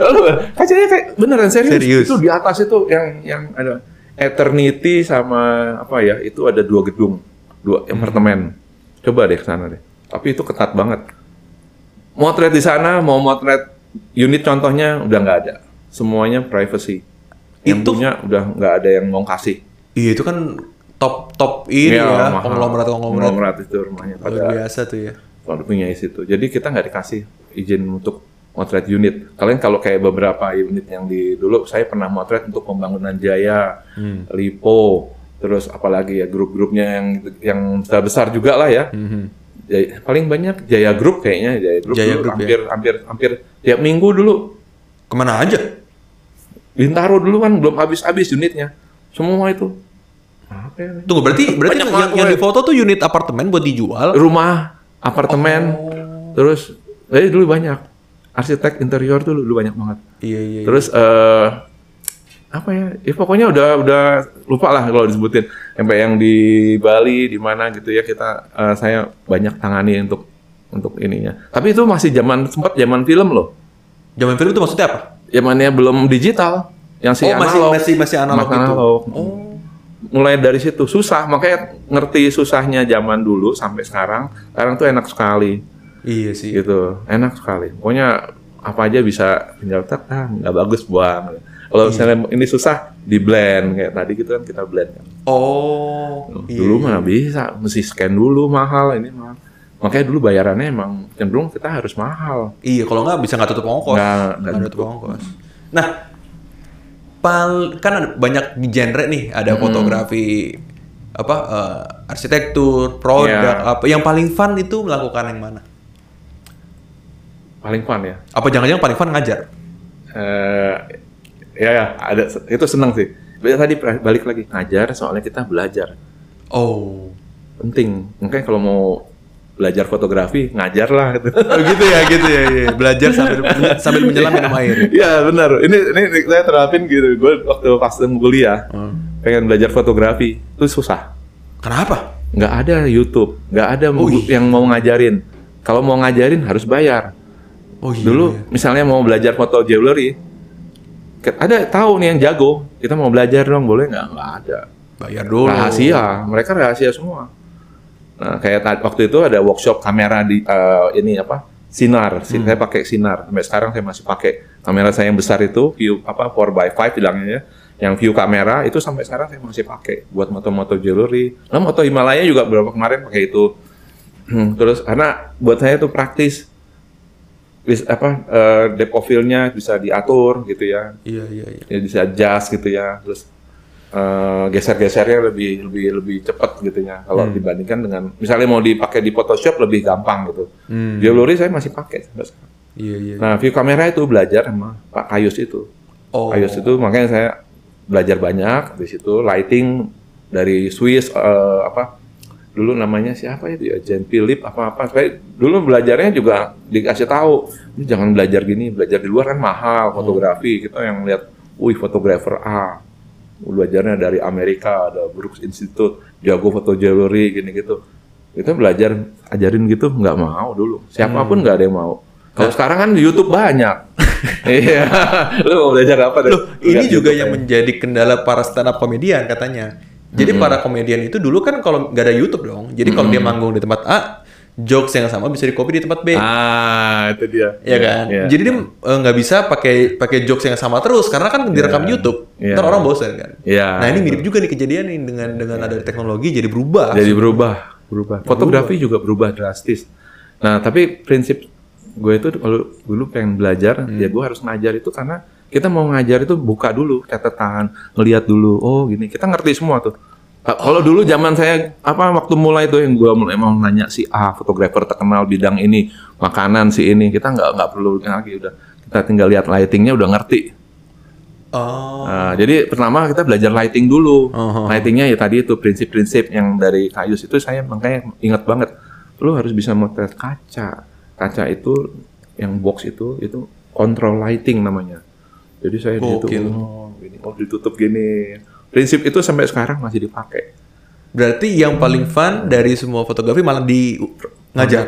Lalu, kacanya kayak beneran serius.
Serius.
Itu di atas itu yang yang ada Eternity sama apa ya? Itu ada dua gedung, dua apartemen. Coba deh ke sana deh. Tapi itu ketat banget. Motret di sana mau motret unit contohnya udah nggak ada. Semuanya privacy. Yang
Itu-
punya udah nggak ada yang mau kasih.
Iya, itu kan top top ini ya,
Iya, mahal.
konglomerat-konglomerat
Konglomerat itu rumahnya.
luar
Pada
biasa tuh ya.
kalau punya di situ. Jadi kita nggak dikasih izin untuk motret unit. Kalian kalau kayak beberapa unit yang di dulu saya pernah motret untuk pembangunan Jaya,
Hmm.
Lipo, terus apalagi ya grup-grupnya yang yang besar-besar juga lah ya. Jaya- paling banyak Jaya Group kayaknya Jaya Group,
Hmm, Jaya
dulu
Group, ya.
hampir hampir hampir tiap minggu dulu
Kemana aja?
Bintaro dulu kan belum habis-habis unitnya. Semua itu. Apa ya?
Tunggu, berarti berarti
Banyak
yang,
banget, Iya.
yang, yang di foto tuh unit apartemen buat dijual.
rumah,
Oh.
apartemen, terus jadi dulu banyak arsitek interior tuh dulu banyak banget.
Iya, iya. iya.
Terus eh apa ya? Ya pokoknya udah udah lupa lah kalau disebutin. Sampai yang di Bali di mana gitu ya kita eh, saya banyak tangani untuk untuk ininya. Tapi itu masih zaman sempat zaman film loh.
Zaman film itu maksudnya apa?
Zamannya belum digital, yang si
oh, masih
analog.
masih masih analog
Masih
gitu.
analog.
Oh.
Mulai dari situ susah, makanya ngerti susahnya zaman dulu sampai sekarang. Sekarang tuh enak sekali.
Iya sih.
gitu enak sekali pokoknya apa aja bisa tinggal tek ah nggak bagus buang
Iya.
kalau misalnya ini susah di blend kayak tadi gitu kan kita blend kan
Oh. iya,
dulu
iya.
mana bisa mesti scan dulu mahal ini mahal makanya dulu bayarannya emang cenderung kita harus mahal
Iya, kalau nggak bisa nggak tutup ongkos.
Nggak, nggak
Nggak tutup ongkos. Nah, pal kan ada banyak genre nih, ada fotografi, apa eh, arsitektur, produk,
Iya.
apa. Yang paling fun itu melakukan yang mana?
paling fun ya
Apa jangan-jangan paling fun ngajar?
eh ya, ya ada itu seneng sih tadi balik lagi ngajar soalnya kita belajar
Oh.
penting makanya kalau mau belajar fotografi ngajar lah gitu
Oh, gitu ya, gitu ya, iya. belajar sambil sambil menyelam minum air.
Iya benar. Ini, ini ini saya terapin gitu. Gue waktu pas kuliah
Hmm.
pengen belajar fotografi itu susah.
Kenapa?
Nggak ada YouTube, nggak ada
Wih.
yang mau ngajarin. Kalau mau ngajarin harus bayar.
Oh iya.
Dulu misalnya mau belajar foto jewelry, ke- ada tahu nih yang jago. Kita mau belajar dong, boleh nggak? Nggak ada.
bayar dulu.
Rahasia, mereka rahasia semua. Nah, kayak ta- waktu itu ada workshop kamera di eh, ini apa? Sinar. Si- Saya pakai sinar. Sampai sekarang saya masih pakai kamera saya yang besar itu view apa 4x5 bilangnya ya. Yang view kamera itu sampai sekarang saya masih pakai buat moto-moto jewelry. Nah, moto Himalaya juga beberapa kemarin pakai itu. Hmm, Terus karena buat saya itu praktis. Bis, apa eh, depth of field-nya bisa diatur gitu ya
Iya, iya, iya.
ya bisa adjust gitu ya terus eh, geser-gesernya lebih lebih lebih cepat gitu ya kalau
Hmm.
dibandingkan dengan misalnya mau dipakai di Photoshop lebih gampang gitu
Hmm.
Jewelry saya masih pakai sampai sekarang.
Iya, iya.
nah view kamera itu belajar sama Pak Kayus itu
Oh.
Kayus itu makanya saya belajar banyak di situ lighting dari Swiss eh, apa dulu namanya siapa itu ya Jean Philip apa apa saya dulu belajarnya juga dikasih tahu "Ini jangan belajar gini belajar di luar kan mahal fotografi kita yang lihat wih fotografer A belajarnya dari Amerika ada Brooks Institute jago foto jewelry gini gitu kita belajar ajarin gitu nggak mau dulu siapapun nggak ada yang mau kalau sekarang kan di YouTube banyak iya lu mau belajar apa deh
Loh, ini
Lihat YouTube
juga
ya.
yang menjadi kendala para stand up komedian katanya. Jadi para komedian itu dulu kan kalau nggak ada YouTube dong. Jadi kalau dia manggung di tempat A, jokes yang sama bisa dikopi di tempat B.
Ah, itu dia.
Ya kan.
Iya.
Jadi dia eh, nggak bisa pakai pakai jokes yang sama terus karena kan direkam YouTube.
Iya.
Ntar orang bosan kan.
Iya.
Nah ini mirip juga nih kejadian nih dengan dengan ada teknologi jadi berubah.
Jadi berubah, berubah. Fotografi juga berubah drastis. Nah, tapi prinsip gue itu kalau dulu pengen belajar,
Hmm.
ya gue harus ngajar itu karena kita mau ngajar itu buka dulu catatan, ngelihat dulu. Oh, gini. Kita ngerti semua tuh. Ka- Kalau dulu zaman saya apa waktu mulai tuh yang gue mulai mau nanya si A fotografer terkenal bidang ini makanan si ini kita nggak nggak perlu lagi udah kita tinggal lihat lightingnya udah ngerti
Oh.
Nah, jadi pertama kita belajar lighting dulu.
Oh.
Lightingnya ya tadi itu prinsip-prinsip yang dari Kayus itu saya makanya ingat banget. Lu harus bisa motret kaca. Kaca itu yang box itu itu kontrol lighting namanya. Jadi saya gitu.
Gokil.
Oh, gini. oh ditutup gini. Prinsip itu sampai sekarang masih dipakai.
Berarti yang paling fun dari semua fotografi malah di ngajar.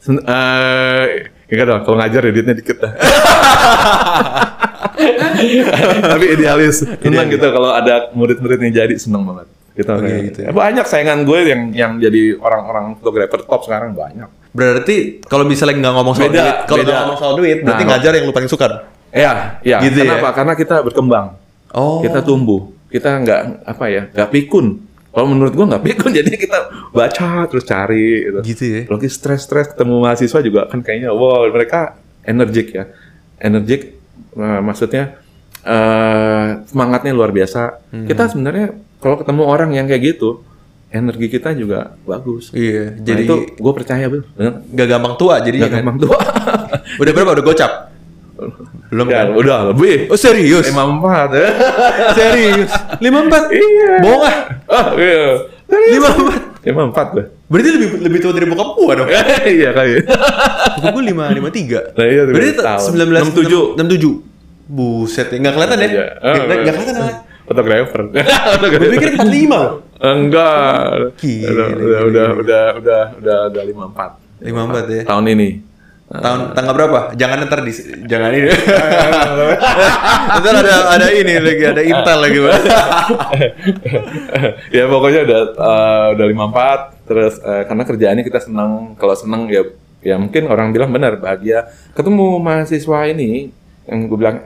Sen- Eh, enggak dong, kalau ngajar ya duitnya dikit dah. Tapi idealis, senang gitu kalau ada murid-murid yang jadi senang banget. Gitu, kayak-
gitu ya.
Eh, Banyak saingan gue yang yang jadi orang-orang fotografer top sekarang banyak.
Berarti kalau misalnya nggak ngomong soal
Beda,
duit, kalau
beda.
nggak ngomong soal duit, berarti
Nah.
ngajar yang lu paling suka. dong?
Ya, ya.
Gitu ya?
Kenapa? Karena kita berkembang,
Oh.
kita tumbuh, kita nggak apa ya, nggak pikun. Kalau menurut gue nggak pikun, jadi kita baca terus cari. Gitu.
Gitu ya.
Apalagi stres-stres ketemu mahasiswa juga kan kayaknya wow mereka energik ya. Energik eh, maksudnya eh semangatnya luar biasa.
Hmm.
Kita sebenarnya kalau ketemu orang yang kayak gitu, energi kita juga bagus.
Iya.
Jadi
Jadi Iya kan?
itu gue percaya bener. Bener.
nggak gampang tua jadi
Gak gampang tua.
Udah berapa? Udah gocap? Belum
ya,
kan?
udah lebih.
Oh serius?
Lima empat. ya.
serius? 54?
Iya.
Bohong ah?
Oh iya.
54?
Lima empat gue.
Berarti lebih lebih tua dari bokap gua dong.
Iya kali.
Bokap gua 553.
Nah, iya,
Berarti
tiga tahun. 67.
19 67. Buset, ya. nggak kelihatan ya?
Iya.
Nggak nggak kelihatan ah.
Fotografer.
Gua pikir 45.
Enggak. udah,
Gila, gila,
udah, udah, udah, udah, udah, udah 54
54 ya.
tahun ini.
Tahun tanggal berapa? Jangan ntar di jangan ini. ntar ada ada ini lagi ada intel lagi. Bang.
ya pokoknya udah eh, udah 54 terus eh, karena kerjaannya kita senang. Kalau senang ya ya mungkin orang bilang benar bahagia. Ketemu mahasiswa ini yang gue bilang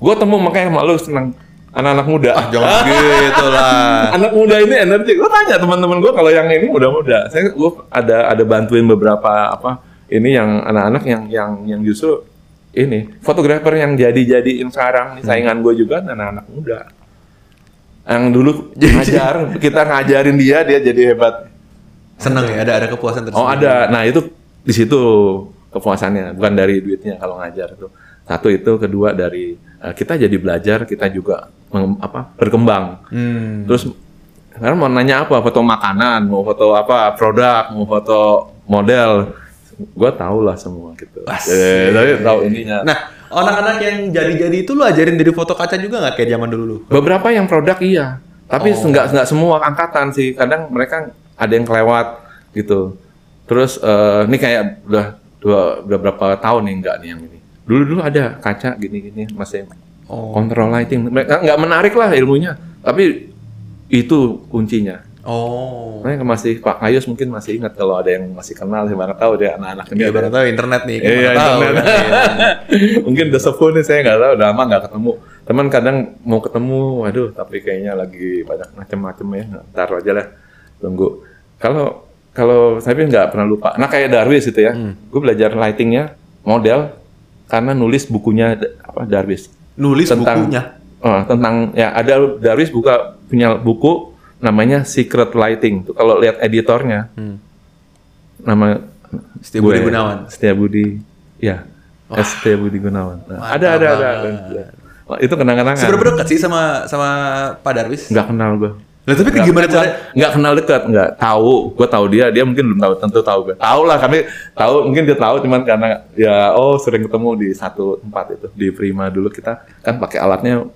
gue temu makanya malu senang anak-anak muda.
Jangan gitu lah.
anak muda ini energi. Gue tanya teman-teman gue kalau yang ini muda-muda. Saya gue ada ada bantuin beberapa apa ini yang anak-anak yang yang yang justru ini fotografer yang jadi-jadiin sekarang nih, saingan gue juga anak-anak muda. Yang dulu ngajar kita ngajarin dia dia jadi hebat.
Seneng ya ada ada kepuasan tersendiri.
Oh ada. Nah itu di situ kepuasannya bukan dari duitnya kalau ngajar itu. Satu itu kedua dari eh, kita jadi belajar kita juga meng- apa berkembang.
Hmm.
Terus sekarang mau nanya apa? Foto makanan, mau foto apa? Produk, mau foto model. Gua tau lah semua gitu. Eh, tapi tahu ininya.
Nah, anak-anak yang jadi-jadi itu lu ajarin dari foto kaca juga nggak kayak zaman dulu lu?
Beberapa yang produk iya, tapi nggak nggak semua angkatan sih. Kadang mereka ada yang kelewat gitu. Terus eh, ini kayak udah dua udah berapa tahun nih nggak nih yang ini. Dulu dulu ada kaca gini-gini masih
Oh.
kontrol lighting. Mereka nggak menarik lah ilmunya, tapi itu kuncinya.
Oh.
Makanya masih Pak Kayus mungkin masih ingat kalau ada yang masih kenal sih mana tahu dia anak-anak ini.
Iya,
ada.
baru tahu internet nih.
Iya,
gimana tahu. kan? Iya.
internet. mungkin udah sepuh nih saya nggak tahu udah lama nggak ketemu. Teman kadang mau ketemu, waduh tapi kayaknya lagi banyak macam-macam ya. Ntar aja lah tunggu. Kalau kalau saya pun nggak pernah lupa. Nah kayak Darwis itu ya. Gue belajar lightingnya model karena nulis bukunya D- apa Darwis
Nulis
tentang
bukunya.
Oh, tentang ya ada Darwis buka punya buku namanya Secret Lighting. Tuh kalau lihat editornya
Hmm.
nama
Setia Budi
gue,
Gunawan.
Setia Budi. Ya. Setia Budi Gunawan. Nah, ada ada ada. ada. Wah, itu kenang-kenangan.
Seberapa dekat sih sama sama Pak Darwis?
Nggak kenal gue.
Lah tapi
Nggak
gimana
kenal.
cara?
Nggak kenal dekat, nggak tahu. Gue tahu dia, dia mungkin belum tahu, tentu tahu gue. Tahu lah, kami tahu, mungkin dia tahu, cuman karena ya oh sering ketemu di satu tempat itu di Prima dulu kita kan pakai alatnya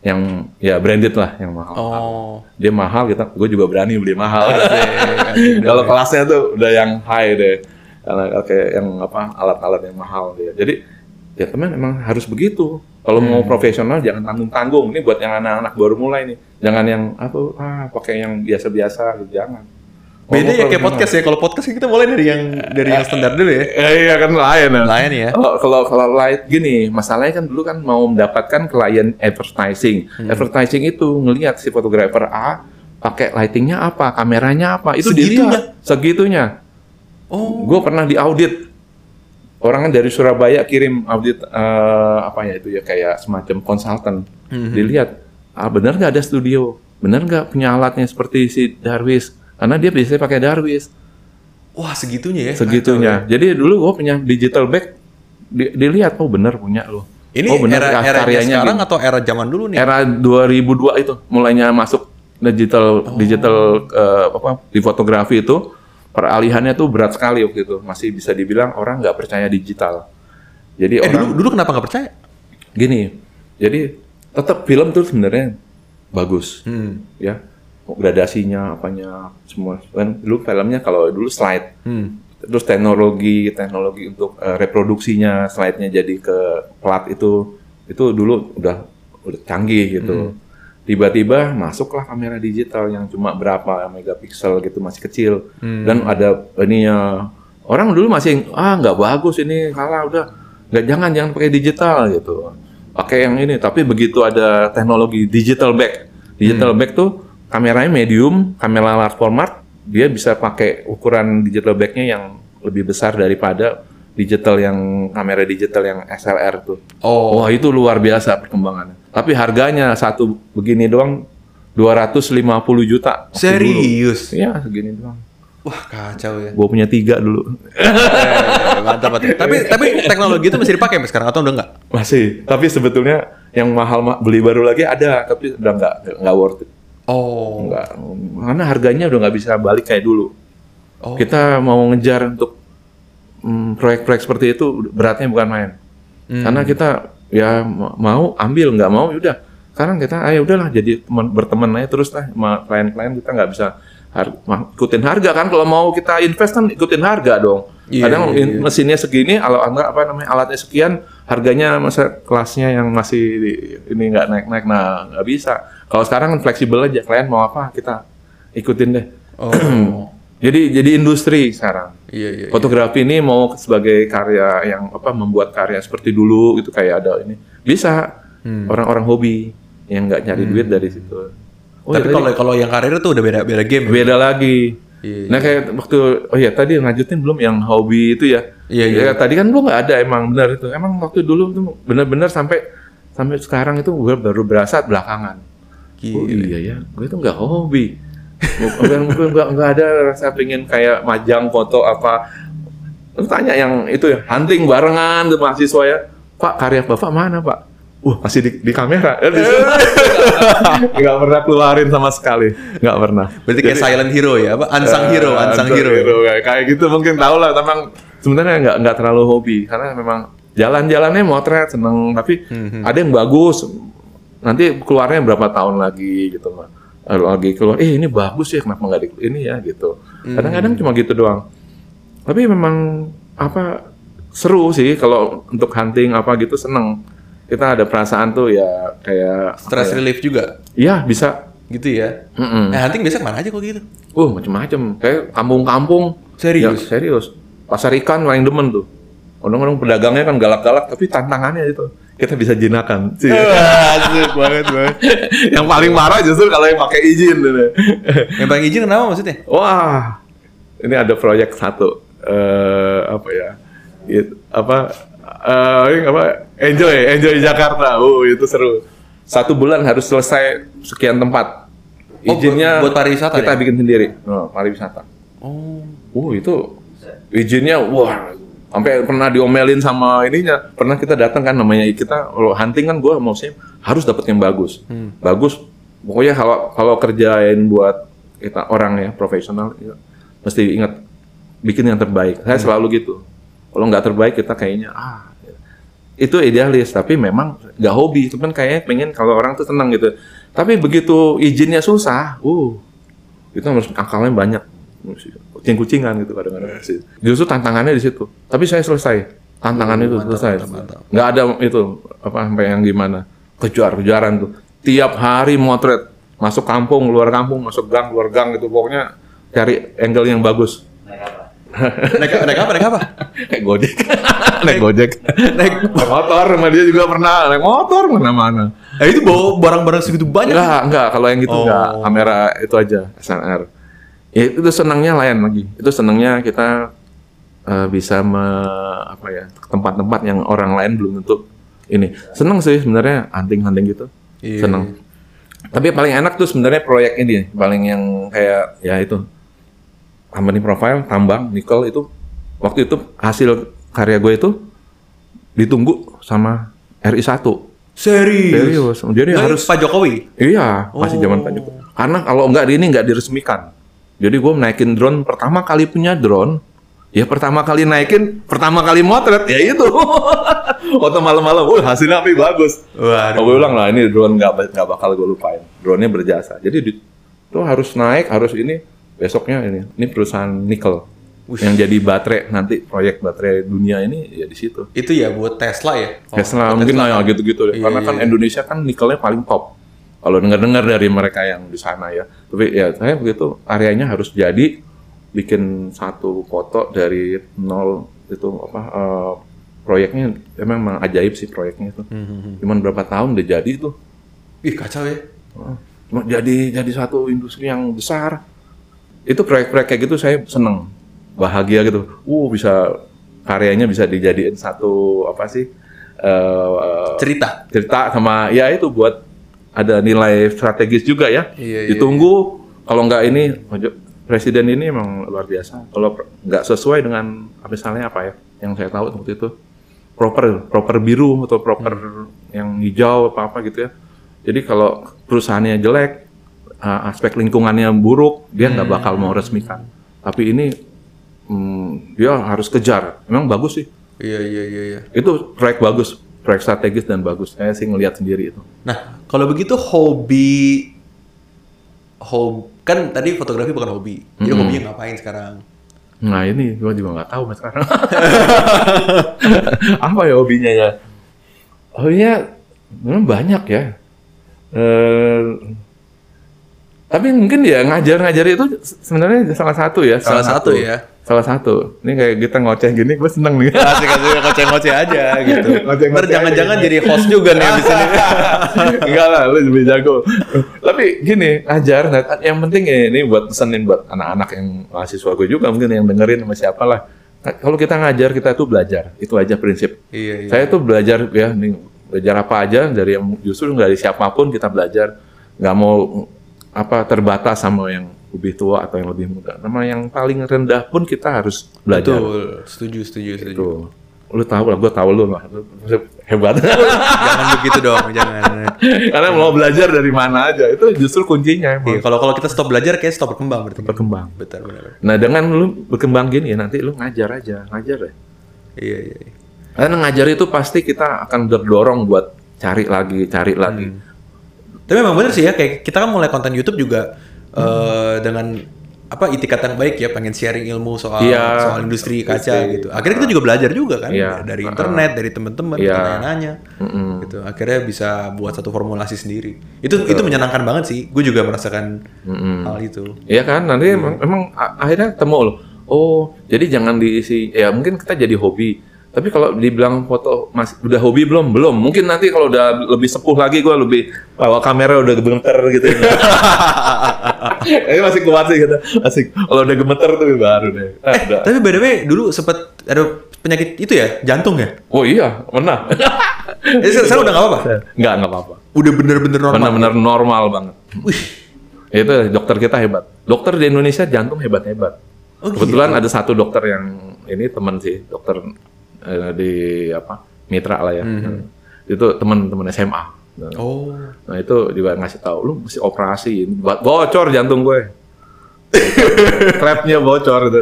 yang ya branded lah, yang mahal.
Oh.
Dia mahal kita, gue juga berani beli mahal.
Iya, ya.
Kalau kelasnya tuh udah yang high deh, karena kayak yang apa alat-alat yang mahal dia. Jadi ya teman emang harus begitu. Kalau mau
Hmm.
profesional jangan tanggung-tanggung. Ini buat yang anak-anak baru mulai nih. Jangan yang apa ah pakai yang biasa-biasa gitu. jangan. Kalau mau
Beda ya kayak
profesional-
podcast ya. Kalau podcast kan kita mulai dari yang dari yang standar dulu ya.
Eh, iya kan lain. ya.
Lain ya.
Kalau kalau kalau light gini, masalahnya kan dulu kan mau mendapatkan klien advertising.
Hmm.
Advertising itu ngelihat si fotografer A pakai lightingnya apa, kameranya apa, itu
Segitunya?
dilihat segitunya.
Oh.
Gue pernah diaudit. Orang kan dari Surabaya kirim audit eh, apa ya itu ya kayak semacam konsultan.
Mhm.
Dilihat, ah benar nggak ada studio? Benar nggak punya alatnya seperti si Darwis? Karena dia biasanya pakai Darwis
Wah segitunya ya.
segitunya. Jadi dulu gue punya digital bag di- dilihat oh bener punya lo.
Ini
oh, bener, kah,
era era
karyanya
sekarang
gini.
atau era zaman dulu nih?
era 2002 itu mulainya masuk digital
Oh.
digital eh, apa di fotografi itu peralihannya tuh berat sekali waktu itu. Masih bisa dibilang orang nggak percaya digital. Jadi
eh
orang
dulu dulu kenapa nggak percaya?
gini. Jadi tetap film tuh sebenarnya bagus
Hmm.
ya. Gradasinya apanya semua kan dulu filmnya kalau dulu slide
Hmm.
terus teknologi teknologi untuk eh, reproduksinya slide-nya jadi ke plat itu itu dulu udah udah canggih gitu tiba-tiba masuklah kamera digital yang cuma berapa megapiksel gitu masih kecil dan ada ininya orang dulu masih ah nggak bagus ini kalah udah nggak jangan jangan pakai digital gitu pakai yang ini tapi begitu ada teknologi digital back
Hmm.
digital back tuh kameranya medium kamera large format dia bisa pakai ukuran digital backnya yang lebih besar daripada digital yang kamera digital yang SLR tuh
Oh.
wah itu luar biasa perkembangannya tapi harganya satu begini doang 250 juta waktu dulu.
Serius.
Iya, segini doang.
Wah kacau ya.
Gue punya tiga dulu.
Eh, mantap mantap. Tapi tapi teknologi itu masih dipakai sampai sekarang atau udah nggak?
Masih. Tapi sebetulnya yang mahal ma- beli baru lagi ada, tapi udah nggak nggak worth it.
Oh.
Nggak. Karena harganya udah nggak bisa balik kayak dulu.
Oh.
Kita mau ngejar untuk mm, proyek-proyek seperti itu beratnya bukan main.
Hmm.
Karena kita ya ma- mau ambil nggak mau ya udah. Sekarang kita ayo udahlah jadi teman- berteman aja terus lah sama klien-klien kita nggak bisa har- ma- ikutin harga kan kalau mau kita invest kan ikutin harga dong.
Iya,
Kadang
iya,
in-
iya.
mesinnya segini, kalau enggak apa namanya alatnya sekian, harganya masa kelasnya yang masih di- ini nggak naik-naik, nah nggak bisa. Kalau sekarang kan fleksibel aja, klien mau apa kita ikutin deh.
Oh.
Jadi jadi industri sekarang.
Iya iya. iya.
Fotografi ini mau sebagai karya yang apa membuat karya seperti dulu gitu kayak ada ini bisa
Hmm.
orang-orang hobi yang nggak nyari duit dari situ. Oh,
Tapi
ya,
kalau kalau yang karir tuh udah beda beda game. ya?
beda lagi.
Iya,
Nah kayak waktu oh ya tadi lanjutin belum yang hobi itu ya.
Iya,
Ya, Tadi kan gua nggak ada emang benar itu. Emang waktu dulu tuh benar-benar sampai sampai sekarang itu gua baru berasa belakangan. Oh,
Gila.
iya ya, gue tuh nggak hobi. Bukan bukan nggak nggak ada rasa pengen kayak majang foto apa. Lu tanya yang itu ya hunting barengan tuh mahasiswa ya. Pak karya bapak mana pak? Wah masih di, di kamera. Eh, di situ. Nggak pernah keluarin sama sekali. Nggak pernah.
Berarti kayak silent hero ya, apa? Unsung hero,
Eh,
unsung
unsung
hero. ya?
Kayak- Kayak gitu mungkin tau lah, memang sebenarnya nggak nggak terlalu hobi karena memang jalan-jalannya motret seneng, tapi
Mhm.
ada yang bagus. Nanti keluarnya berapa tahun lagi gitu mah. Lalu lagi keluar, eh ini bagus ya kenapa nggak di ini ya gitu.
Mhm.
Kadang-kadang cuma gitu doang. Tapi memang apa seru sih kalau untuk hunting apa gitu seneng. Kita ada perasaan tuh ya kayak
Stress relief juga,
ya bisa.
gitu ya.
Mm-mm.
Nah, hunting biasa kemana aja kok gitu?
Uh, macem-macem. Kayak kampung-kampung.
Serius?
Ya, serius. Pasar ikan paling demen tuh. Orang-orang pedagangnya kan galak-galak, tapi tantangannya itu. Kita bisa jinakan. Sih.
Asik banget banget.
yang paling marah justru kalau yang pakai izin. gitu. tuh, deh.
Yang paling izin kenapa maksudnya?
Wah, ini ada proyek satu. eh apa ya? It- apa? eh, ini apa? Enjoy, enjoy Jakarta. Uh, itu seru. Satu bulan harus selesai sekian tempat.
Oh, buat-
Izinnya
buat pariwisata
Kita
ya?
bikin sendiri. Oh, pariwisata.
Oh.
Oh itu izinnya wah sampai pernah diomelin sama ininya. Pernah kita datang kan namanya kita kalau hunting kan gue maksudnya harus dapat yang bagus. Bagus pokoknya kalau kalau kerjain buat kita orang ya profesional ya, mesti ingat bikin yang terbaik. Saya selalu gitu. Kalau nggak terbaik kita kayaknya ah itu idealis tapi memang nggak hobi cuman kayaknya pengen kalau orang tuh tenang gitu tapi begitu izinnya susah uh itu harus akalnya banyak kucing-kucingan gitu kadang-kadang justru tantangannya di situ tapi saya selesai Tantangan itu selesai. Nggak ada itu apa sampai yang gimana. Kejar-kejaran tuh. Tiap hari motret. Masuk kampung, luar kampung, masuk gang, luar gang gitu. Pokoknya cari angle yang bagus.
naik, naik apa? Naik apa?
Naik gojek. naik gojek.
Naik.
Naik motor sama dia juga pernah. Naik motor mana-mana.
Eh, itu bawa barang-barang segitu banyak.
Enggak, enggak. Kalau yang gitu
Oh.
enggak. Kamera itu aja, SLR. Ya, itu senangnya lain lagi. Itu senangnya kita eh, bisa me, apa ya ke tempat-tempat yang orang lain belum tentu ini. Seneng sih sebenarnya hunting-hunting gitu.
Iya.
Seneng. Tapi paling enak tuh sebenarnya proyek ini, paling yang kayak ya itu company profile, tambang, nikel itu waktu itu hasil karya gue itu ditunggu sama RI 1
Serius. Iya, Nah,
Serius, jadi
Nggak,
harus
Pak Jokowi.
Iya, masih
Oh.
zaman Pak Jokowi. Karena kalau nggak ini nggak diresmikan. Jadi gue naikin drone pertama kali punya drone, ya pertama kali naikin, pertama kali motret, ya itu. Waktu malam-malam, wah hasilnya api bagus.
Waduh.
Gue bilang lah ini drone nggak ba- nggak bakal gue lupain. Drone-nya berjasa. Jadi di- itu harus naik, harus ini. Besoknya ini, ini perusahaan nikel yang jadi baterai nanti proyek baterai dunia ini ya di situ.
Itu ya buat Tesla ya. Oh,
Tesla
buat
mungkin lah ya, gitu-gitu deh.
Iya,
Karena
iya,
kan Indonesia kan nikelnya paling top. Kalau dengar-dengar dari mereka yang di sana ya. Tapi ya saya begitu areanya harus jadi bikin satu foto dari nol itu apa eh, proyeknya emang, emang ajaib sih proyeknya itu.
Hmm,
Cuman berapa tahun udah jadi tuh.
Ih kacau ya.
Cuma jadi jadi satu industri yang besar. Itu proyek-proyek kayak gitu saya seneng, bahagia gitu. Uh bisa karyanya bisa dijadiin satu apa sih? eh,
Cerita.
cerita sama ya itu buat ada nilai strategis juga ya.
Iya, iya,
Ditunggu kalau nggak ini ojo- presiden ini emang luar biasa. Kalau pr- nggak sesuai dengan apa misalnya apa ya yang saya tahu waktu itu proper proper biru atau proper
Hmm.
yang hijau apa apa gitu ya. Jadi kalau perusahaannya jelek, a- aspek lingkungannya buruk, dia
Hmm.
nggak bakal mau resmikan. Tapi ini hmm, dia harus kejar. Emang bagus sih.
Iya iya iya. iya.
Itu proyek bagus, proyek strategis dan bagus. Saya sih ngelihat sendiri itu.
Nah kalau begitu hobi hobi kan tadi fotografi bukan hobi. Jadi hobinya ngapain sekarang?
Nah ini gue juga nggak tahu mas sekarang. Apa ya hobinya ya? Hobinya memang banyak ya. Eh, tapi mungkin ya ngajar-ngajar itu se- sebenarnya salah satu ya.
Salah satu ya.
Salah satu. Ini kayak kita ngoceh gini, gue seneng nih.
Asik asik ngoceh-ngoceh aja gitu.
Ngoceh-ngoceh
Ntar jangan-jangan jadi host juga nih abis ini.
Enggak lah, lu lebih jago. Tapi gini, ngajar, nah, yang penting ya, ini buat pesenin buat anak-anak yang mahasiswa gue juga mungkin yang dengerin sama siapa lah. Nah, Kalau kita ngajar, kita tuh belajar. Itu aja prinsip.
Iya iya.
Saya tuh belajar ya, nih, belajar apa aja dari yang justru dari siapapun kita belajar. Nggak mau apa terbatas sama yang lebih tua atau yang lebih muda. Nama yang paling rendah pun kita harus belajar.
Betul. Setuju setuju setuju.
Tuh. Lu tahu lah, gue tahu lu lah. Lu Hebat.
jangan begitu dong jangan.
Karena mau belajar dari mana aja itu justru kuncinya
Iya,
emang
kalau kalau kita stop belajar kayak stop berkembang berarti.
berkembang.
Betul benar.
Nah dengan lu berkembang gini ya nanti lu ngajar aja ngajar ya.
Iya iya. iya.
Karena ngajar itu pasti kita akan terdorong buat cari lagi cari lagi.
Tapi memang benar sih ya kayak kita kan mulai konten YouTube juga eh, dengan apa itikat yang baik ya pengen sharing ilmu soal
Iya.
soal industri kaca gitu. Akhirnya kita juga belajar juga kan
Iya.
dari internet, dari teman-teman,
Iya.
kita nanya-nanya. Gitu. Akhirnya bisa buat satu formulasi sendiri. Itu itu menyenangkan banget sih. Gue juga merasakan hal itu.
Iya kan nanti emang, emang a- akhirnya ketemu lo. Oh jadi jangan diisi ya mungkin kita jadi hobi. Tapi kalau dibilang foto mas udah hobi belum belum. Mungkin nanti kalau udah lebih sepuh lagi gua lebih bawa kamera udah gemeter gitu. Ini masih kuat sih gitu. Masih kalau udah gemeter tuh baru deh. Nah, udah.
Tapi by the way, dulu sempet ada penyakit itu ya, jantung ya?
Oh iya, pernah.
Eh, sekarang udah nggak apa-apa.
Enggak, enggak apa-apa.
Udah bener-bener normal.
Benar-benar normal banget.
Wih,
Itu dokter kita hebat. Dokter di Indonesia jantung hebat-hebat.
Oh,
Kebetulan ada satu dokter yang ini teman sih, dokter eh, di apa? Mitra lah ya. Itu teman-teman SMA. Nah,
Oh.
Nah, itu juga ngasih tahu lu mesti operasi. Bo- Bocor jantung gue. Klepnya bocor itu.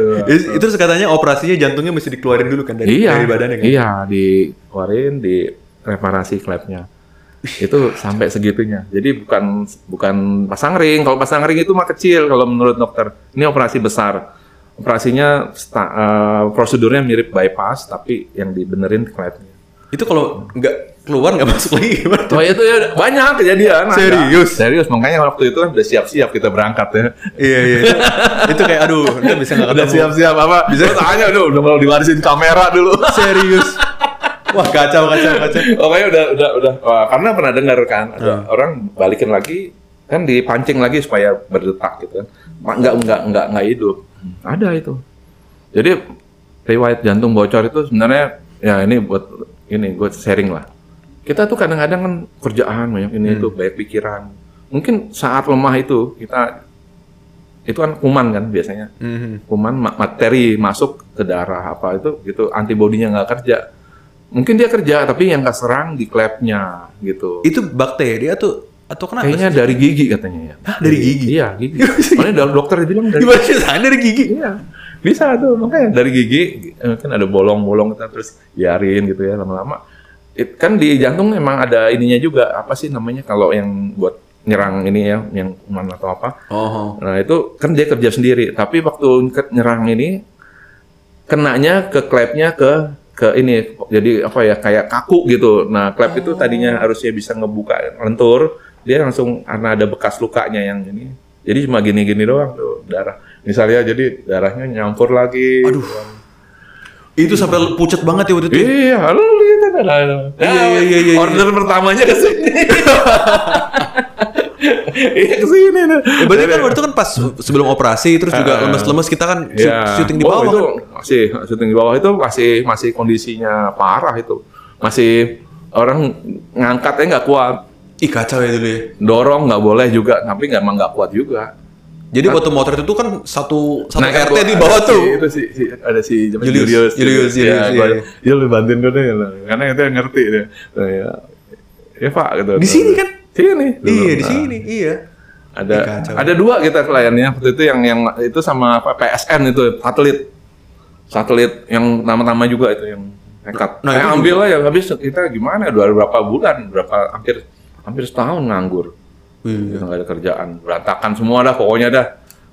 Itu terus katanya operasinya jantungnya mesti dikeluarin dulu kan dari,
iya,
dari badannya kan?
Iya, dikeluarin, di reparasi klepnya. Itu sampai segitunya. Jadi bukan bukan pasang ring. Kalau pasang ring itu mah kecil kalau menurut dokter. Ini operasi besar. operasinya sta- eh, prosedurnya mirip bypass tapi yang dibenerin kelihatannya.
Itu kalau nggak keluar nggak masuk lagi gimana?
Oh itu ya banyak kejadian. ada.
Serius?
Serius makanya waktu itu kan udah siap-siap kita berangkat ya.
Iya iya. itu kayak aduh, nggak bisa nggak
Udah
ketemu.
siap-siap apa? Bisa tanya dulu udah mau diwarisin kamera dulu.
Serius. Wah kacau kacau kacau.
Pokoknya udah udah udah Wah, karena pernah dengar kan ada orang balikin lagi kan dipancing lagi supaya berdetak gitu kan. Ma- Nggak nggak nggak nggak hidup. Ada itu. Jadi riwayat jantung bocor itu sebenarnya ya ini buat ini buat sharing lah. Kita tuh kadang-kadang kan kerjaan banyak ini itu banyak pikiran. Mungkin saat lemah itu kita itu kan kuman kan biasanya
Mhm.
kuman ma- materi masuk ke darah apa itu gitu antibodinya nggak kerja mungkin dia kerja tapi yang nggak serang di klepnya gitu
Itu bakteri atau atau kenapa?
kayaknya dari gigi katanya ya
Hah, dari gigi?
iya gigi soalnya dari dokter dia bilang dari
Gimana sih Tangan dari gigi?
iya bisa tuh makanya dari gigi eh, kan ada bolong-bolong kita terus biarin gitu ya lama-lama It- kan di jantung emang ada ininya juga apa sih namanya kalau yang buat nyerang ini ya yang kuman atau apa
Oh.
Nah itu kan dia kerja sendiri, tapi waktu ke- nyerang ini kenanya ke klepnya ke ke ini jadi apa ya kayak kaku gitu. Nah klep
Oh.
itu tadinya harusnya bisa ngebuka lentur, dia langsung karena ada bekas lukanya yang ini. Jadi cuma gini-gini doang tuh darah. Misalnya jadi darahnya nyampur lagi.
Aduh. Itu sampai pucat banget ya waktu itu.
Iya, lu lihat ada ada- ada.
Iya,
Ya,
iya, iya, iya,
Order pertamanya ke sini. Iya ke sini. nah.
Ya, berarti kan waktu itu kan pas sebelum operasi terus juga lemes-lemes kita kan
Iya.
syuting di
Oh,
bawah
itu
kan.
masih syuting di bawah itu masih masih kondisinya parah itu masih orang ngangkatnya nggak kuat
Ih kacau ya dulu ya.
dorong nggak boleh juga tapi nggak emang nggak kuat juga
Jadi waktu motor itu kan satu satu
Nah, kan
RT
gua-
di bawah
ada
tuh.
si-
Iya,
itu si, si- ada si
Julius. Julius, Julius,
ya, gua,
iya.
dia lebih bantuin gue deh karena itu yang ngerti dia Nah, ya, ya pak gitu
Di sini kan?
sini dulu.
Iya di
Nah,
sini, iya.
ada
Ih, kacau.
ada dua kita kliennya waktu itu yang yang itu sama apa, PSN itu satelit satelit yang nama-nama juga itu yang nekat
Nah,
nah,
itu
ambil aja habis kita gimana udah berapa bulan berapa hampir hampir setahun nganggur
Wih.
nggak ada kerjaan berantakan semua dah pokoknya dah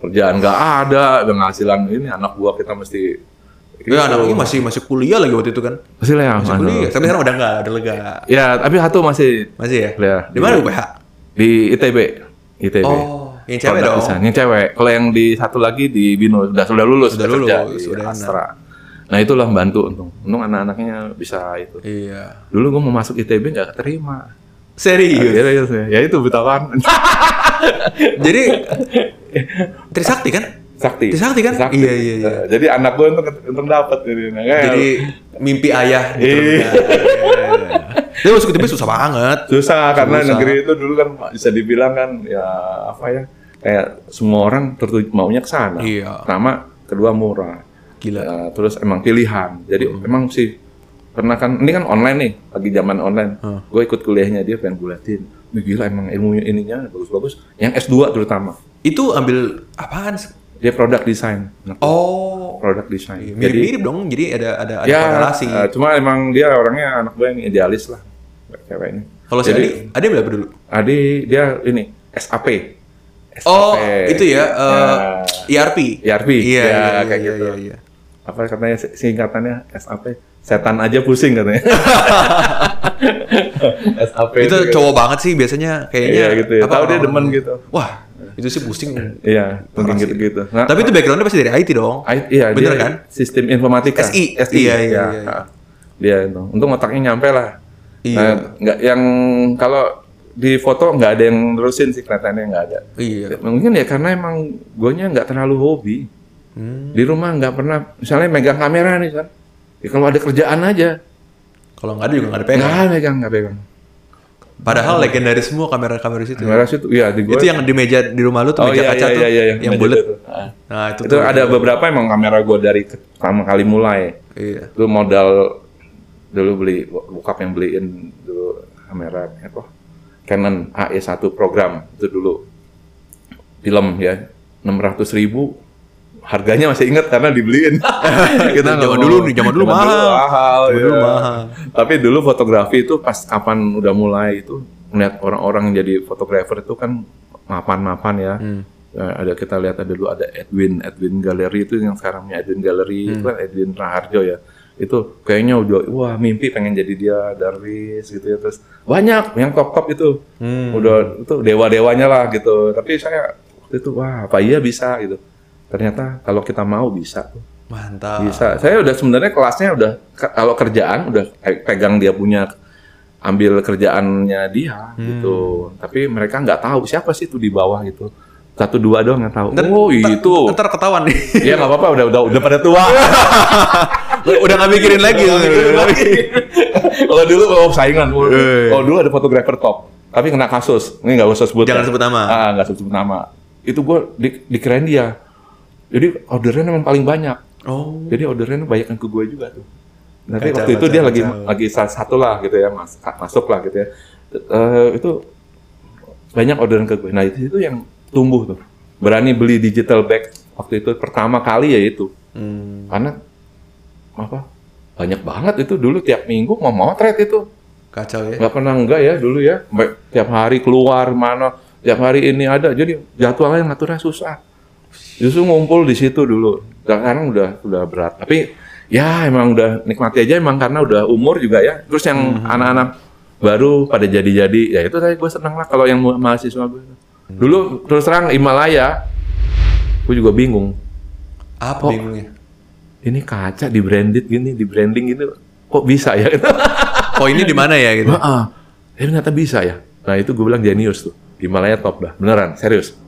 kerjaan nggak ada penghasilan ini anak gua kita mesti
Ya anak ini masih masih kuliah lagi waktu itu kan.
masih lah ya,
Masih
Mas.
kuliah. Tapi sekarang udah enggak, udah lega.
ya tapi satu masih
Masih ya?
Iya.
Di mana UPH?
di ITB ITB
Oh, yang cewek
Produk
dong.
design. Yang cewek. Kalau yang di satu lagi di Bino sudah sudah lulus,
Sudah
kerja
lulus,
di
sudah enak.
Astra. Nah itulah bantu untung. Untung anak-anaknya bisa itu.
Iya.
Dulu gue mau masuk ITB nggak keterima.
Serius.
Akhirnya ya, ya itu buta kan.
Jadi Trisakti kan?
Sakti.
Trisakti kan? Iya, iya, iya.
Nah, Jadi anak gue untung, untung dapat jadi. Nah, kayak-
Jadi mimpi ayah gitu.
Iya.
Tapi masuk ITB susah banget.
susah karena
Susah.
negeri itu dulu kan bisa dibilang kan ya apa ya kayak semua orang tertuju maunya ke sana.
Iya.
Pertama, kedua murah.
Gila.
Ya, terus emang pilihan. Jadi
Hmm.
emang sih pernah kan ini kan online nih lagi zaman online. Gue ikut kuliahnya dia pengen gue liatin. Wih, Gila emang ilmunya ininya bagus-bagus. Yang S2 terutama.
Itu ambil apaan? sih?
Dia product design. Nah,
Oh,
Product design.
mirip-mirip dong. Jadi ada ada ada
ya,
korelasi.
eh, cuma emang dia orangnya anak gue yang idealis lah. Ceweknya.
Kalau si
jadi-
Adi, Adi berapa dulu?
Adi dia ini SAP. SAP.
Oh, itu ya,
Ya.
eh, ERP.
ERP.
Iya,
Ya,
iya,
kayak
iya,
gitu.
iya, iya.
apa katanya si- singkatannya SAP setan aja pusing katanya SAP
Itu cowok banget sih biasanya kayaknya.
Iya, gitu ya. Tahu dia
orang-orang
demen gitu.
Wah, itu sih pusing.
iya mungkin gitu gitu nah,
Tapi itu backgroundnya pasti dari IT dong.
I- iya
bener
dia
kan?
sistem informatika
SI. Iya, iya,
ya.
iya, iya.
dia itu untung otaknya nyampe lah
Iya.
Nah, nggak yang kalau di foto nggak ada yang nerusin sih kelihatannya nggak ada
Iya.
mungkin ya karena emang guanya nggak terlalu hobi
Hmm.
di rumah nggak pernah misalnya megang kamera nih kan ya, kalau ada kerjaan aja
Kalau nggak ada juga nggak ada pegang. Iya.
nggak megang nggak pegang
Padahal legendaris semua kamera-kamera di situ.
kamera situ iya di gua
Itu yang di meja di rumah lu tuh
Oh
meja
iya,
kaca
iya,
tuh
iya, iya,
yang
meja
bulat.
itu. Ah.
Nah, itu,
Itu
tuh.
ada beberapa emang kamera gue dari ke- pertama kali mulai.
Iya.
Itu modal dulu beli bokap yang beliin dulu kamera apa? Canon AE1 program itu dulu film ya 600 ribu harganya masih inget karena dibeliin kita nggak
Zaman
mau-
dulu nih, zaman dulu mahal. Zaman dulu
ya.
mahal.
tapi dulu fotografi itu pas kapan udah mulai itu melihat orang-orang yang jadi fotografer itu kan mapan-mapan ya Eh, ada kita lihat ada dulu ada Edwin Edwin Gallery itu yang sekarang punya Edwin Gallery itu kan Edwin Raharjo ya itu kayaknya udah wah mimpi pengen jadi dia Darwis gitu ya terus banyak yang top top itu udah itu dewa dewanya lah gitu tapi saya waktu itu wah apa iya bisa gitu ternyata kalau kita mau bisa
Mantap.
bisa saya udah sebenarnya kelasnya udah ke- kalau kerjaan udah pe- pegang dia punya ambil kerjaannya dia
Hmm.
gitu tapi mereka nggak tahu siapa sih itu di bawah gitu satu dua doang yang tahu
Ntar-
oh
ntar-
itu
Ntar ketahuan nih.
ya nggak apa-apa udah udah udah pada tua
Udah nggak mikirin lagi.
Udah nggak mikirin lagi. kalau dulu kalau saingan oh,
Eh.
oh, dulu ada fotografer top tapi kena kasus ini nggak usah sebut
Jangan
ya.
sebut nama.
ah nggak sebut nama itu gue di, dikirain dia jadi ordernya memang paling banyak
Oh.
jadi ordernya banyak yang ke gue juga tuh. Nanti
Kacau,
waktu itu
kacau,
dia lagi
kacau.
lagi salah satu lah gitu ya mas, masuk lah gitu ya. Eh, itu banyak orderan ke gue. Nah itu, itu yang tumbuh tuh. Berani beli digital bag waktu itu pertama kali ya itu.
Hmm.
Karena apa? Banyak banget itu dulu tiap minggu mau motret itu.
Kacau ya.
Nggak pernah enggak ya dulu ya. Sampai Tiap hari keluar mana, tiap hari ini ada. Jadi jadwalnya ngaturnya susah. Justru ngumpul di situ dulu. Dan Sekarang udah udah berat. Tapi ya emang udah nikmati aja emang karena udah umur juga ya. Terus yang anak-anak baru pada jadi-jadi ya itu saya gue seneng lah kalau yang mu- mahasiswa gue. Dulu terus terang Himalaya, gue juga bingung. Oh.
Apa bingungnya?
Ini kaca di branded gini, di branding gini kok bisa ya?
Oh ini di mana ya gitu?
Heeh. Tapi ternyata bisa ya. Nah itu gue bilang jenius tuh. Himalaya top dah. Beneran, serius.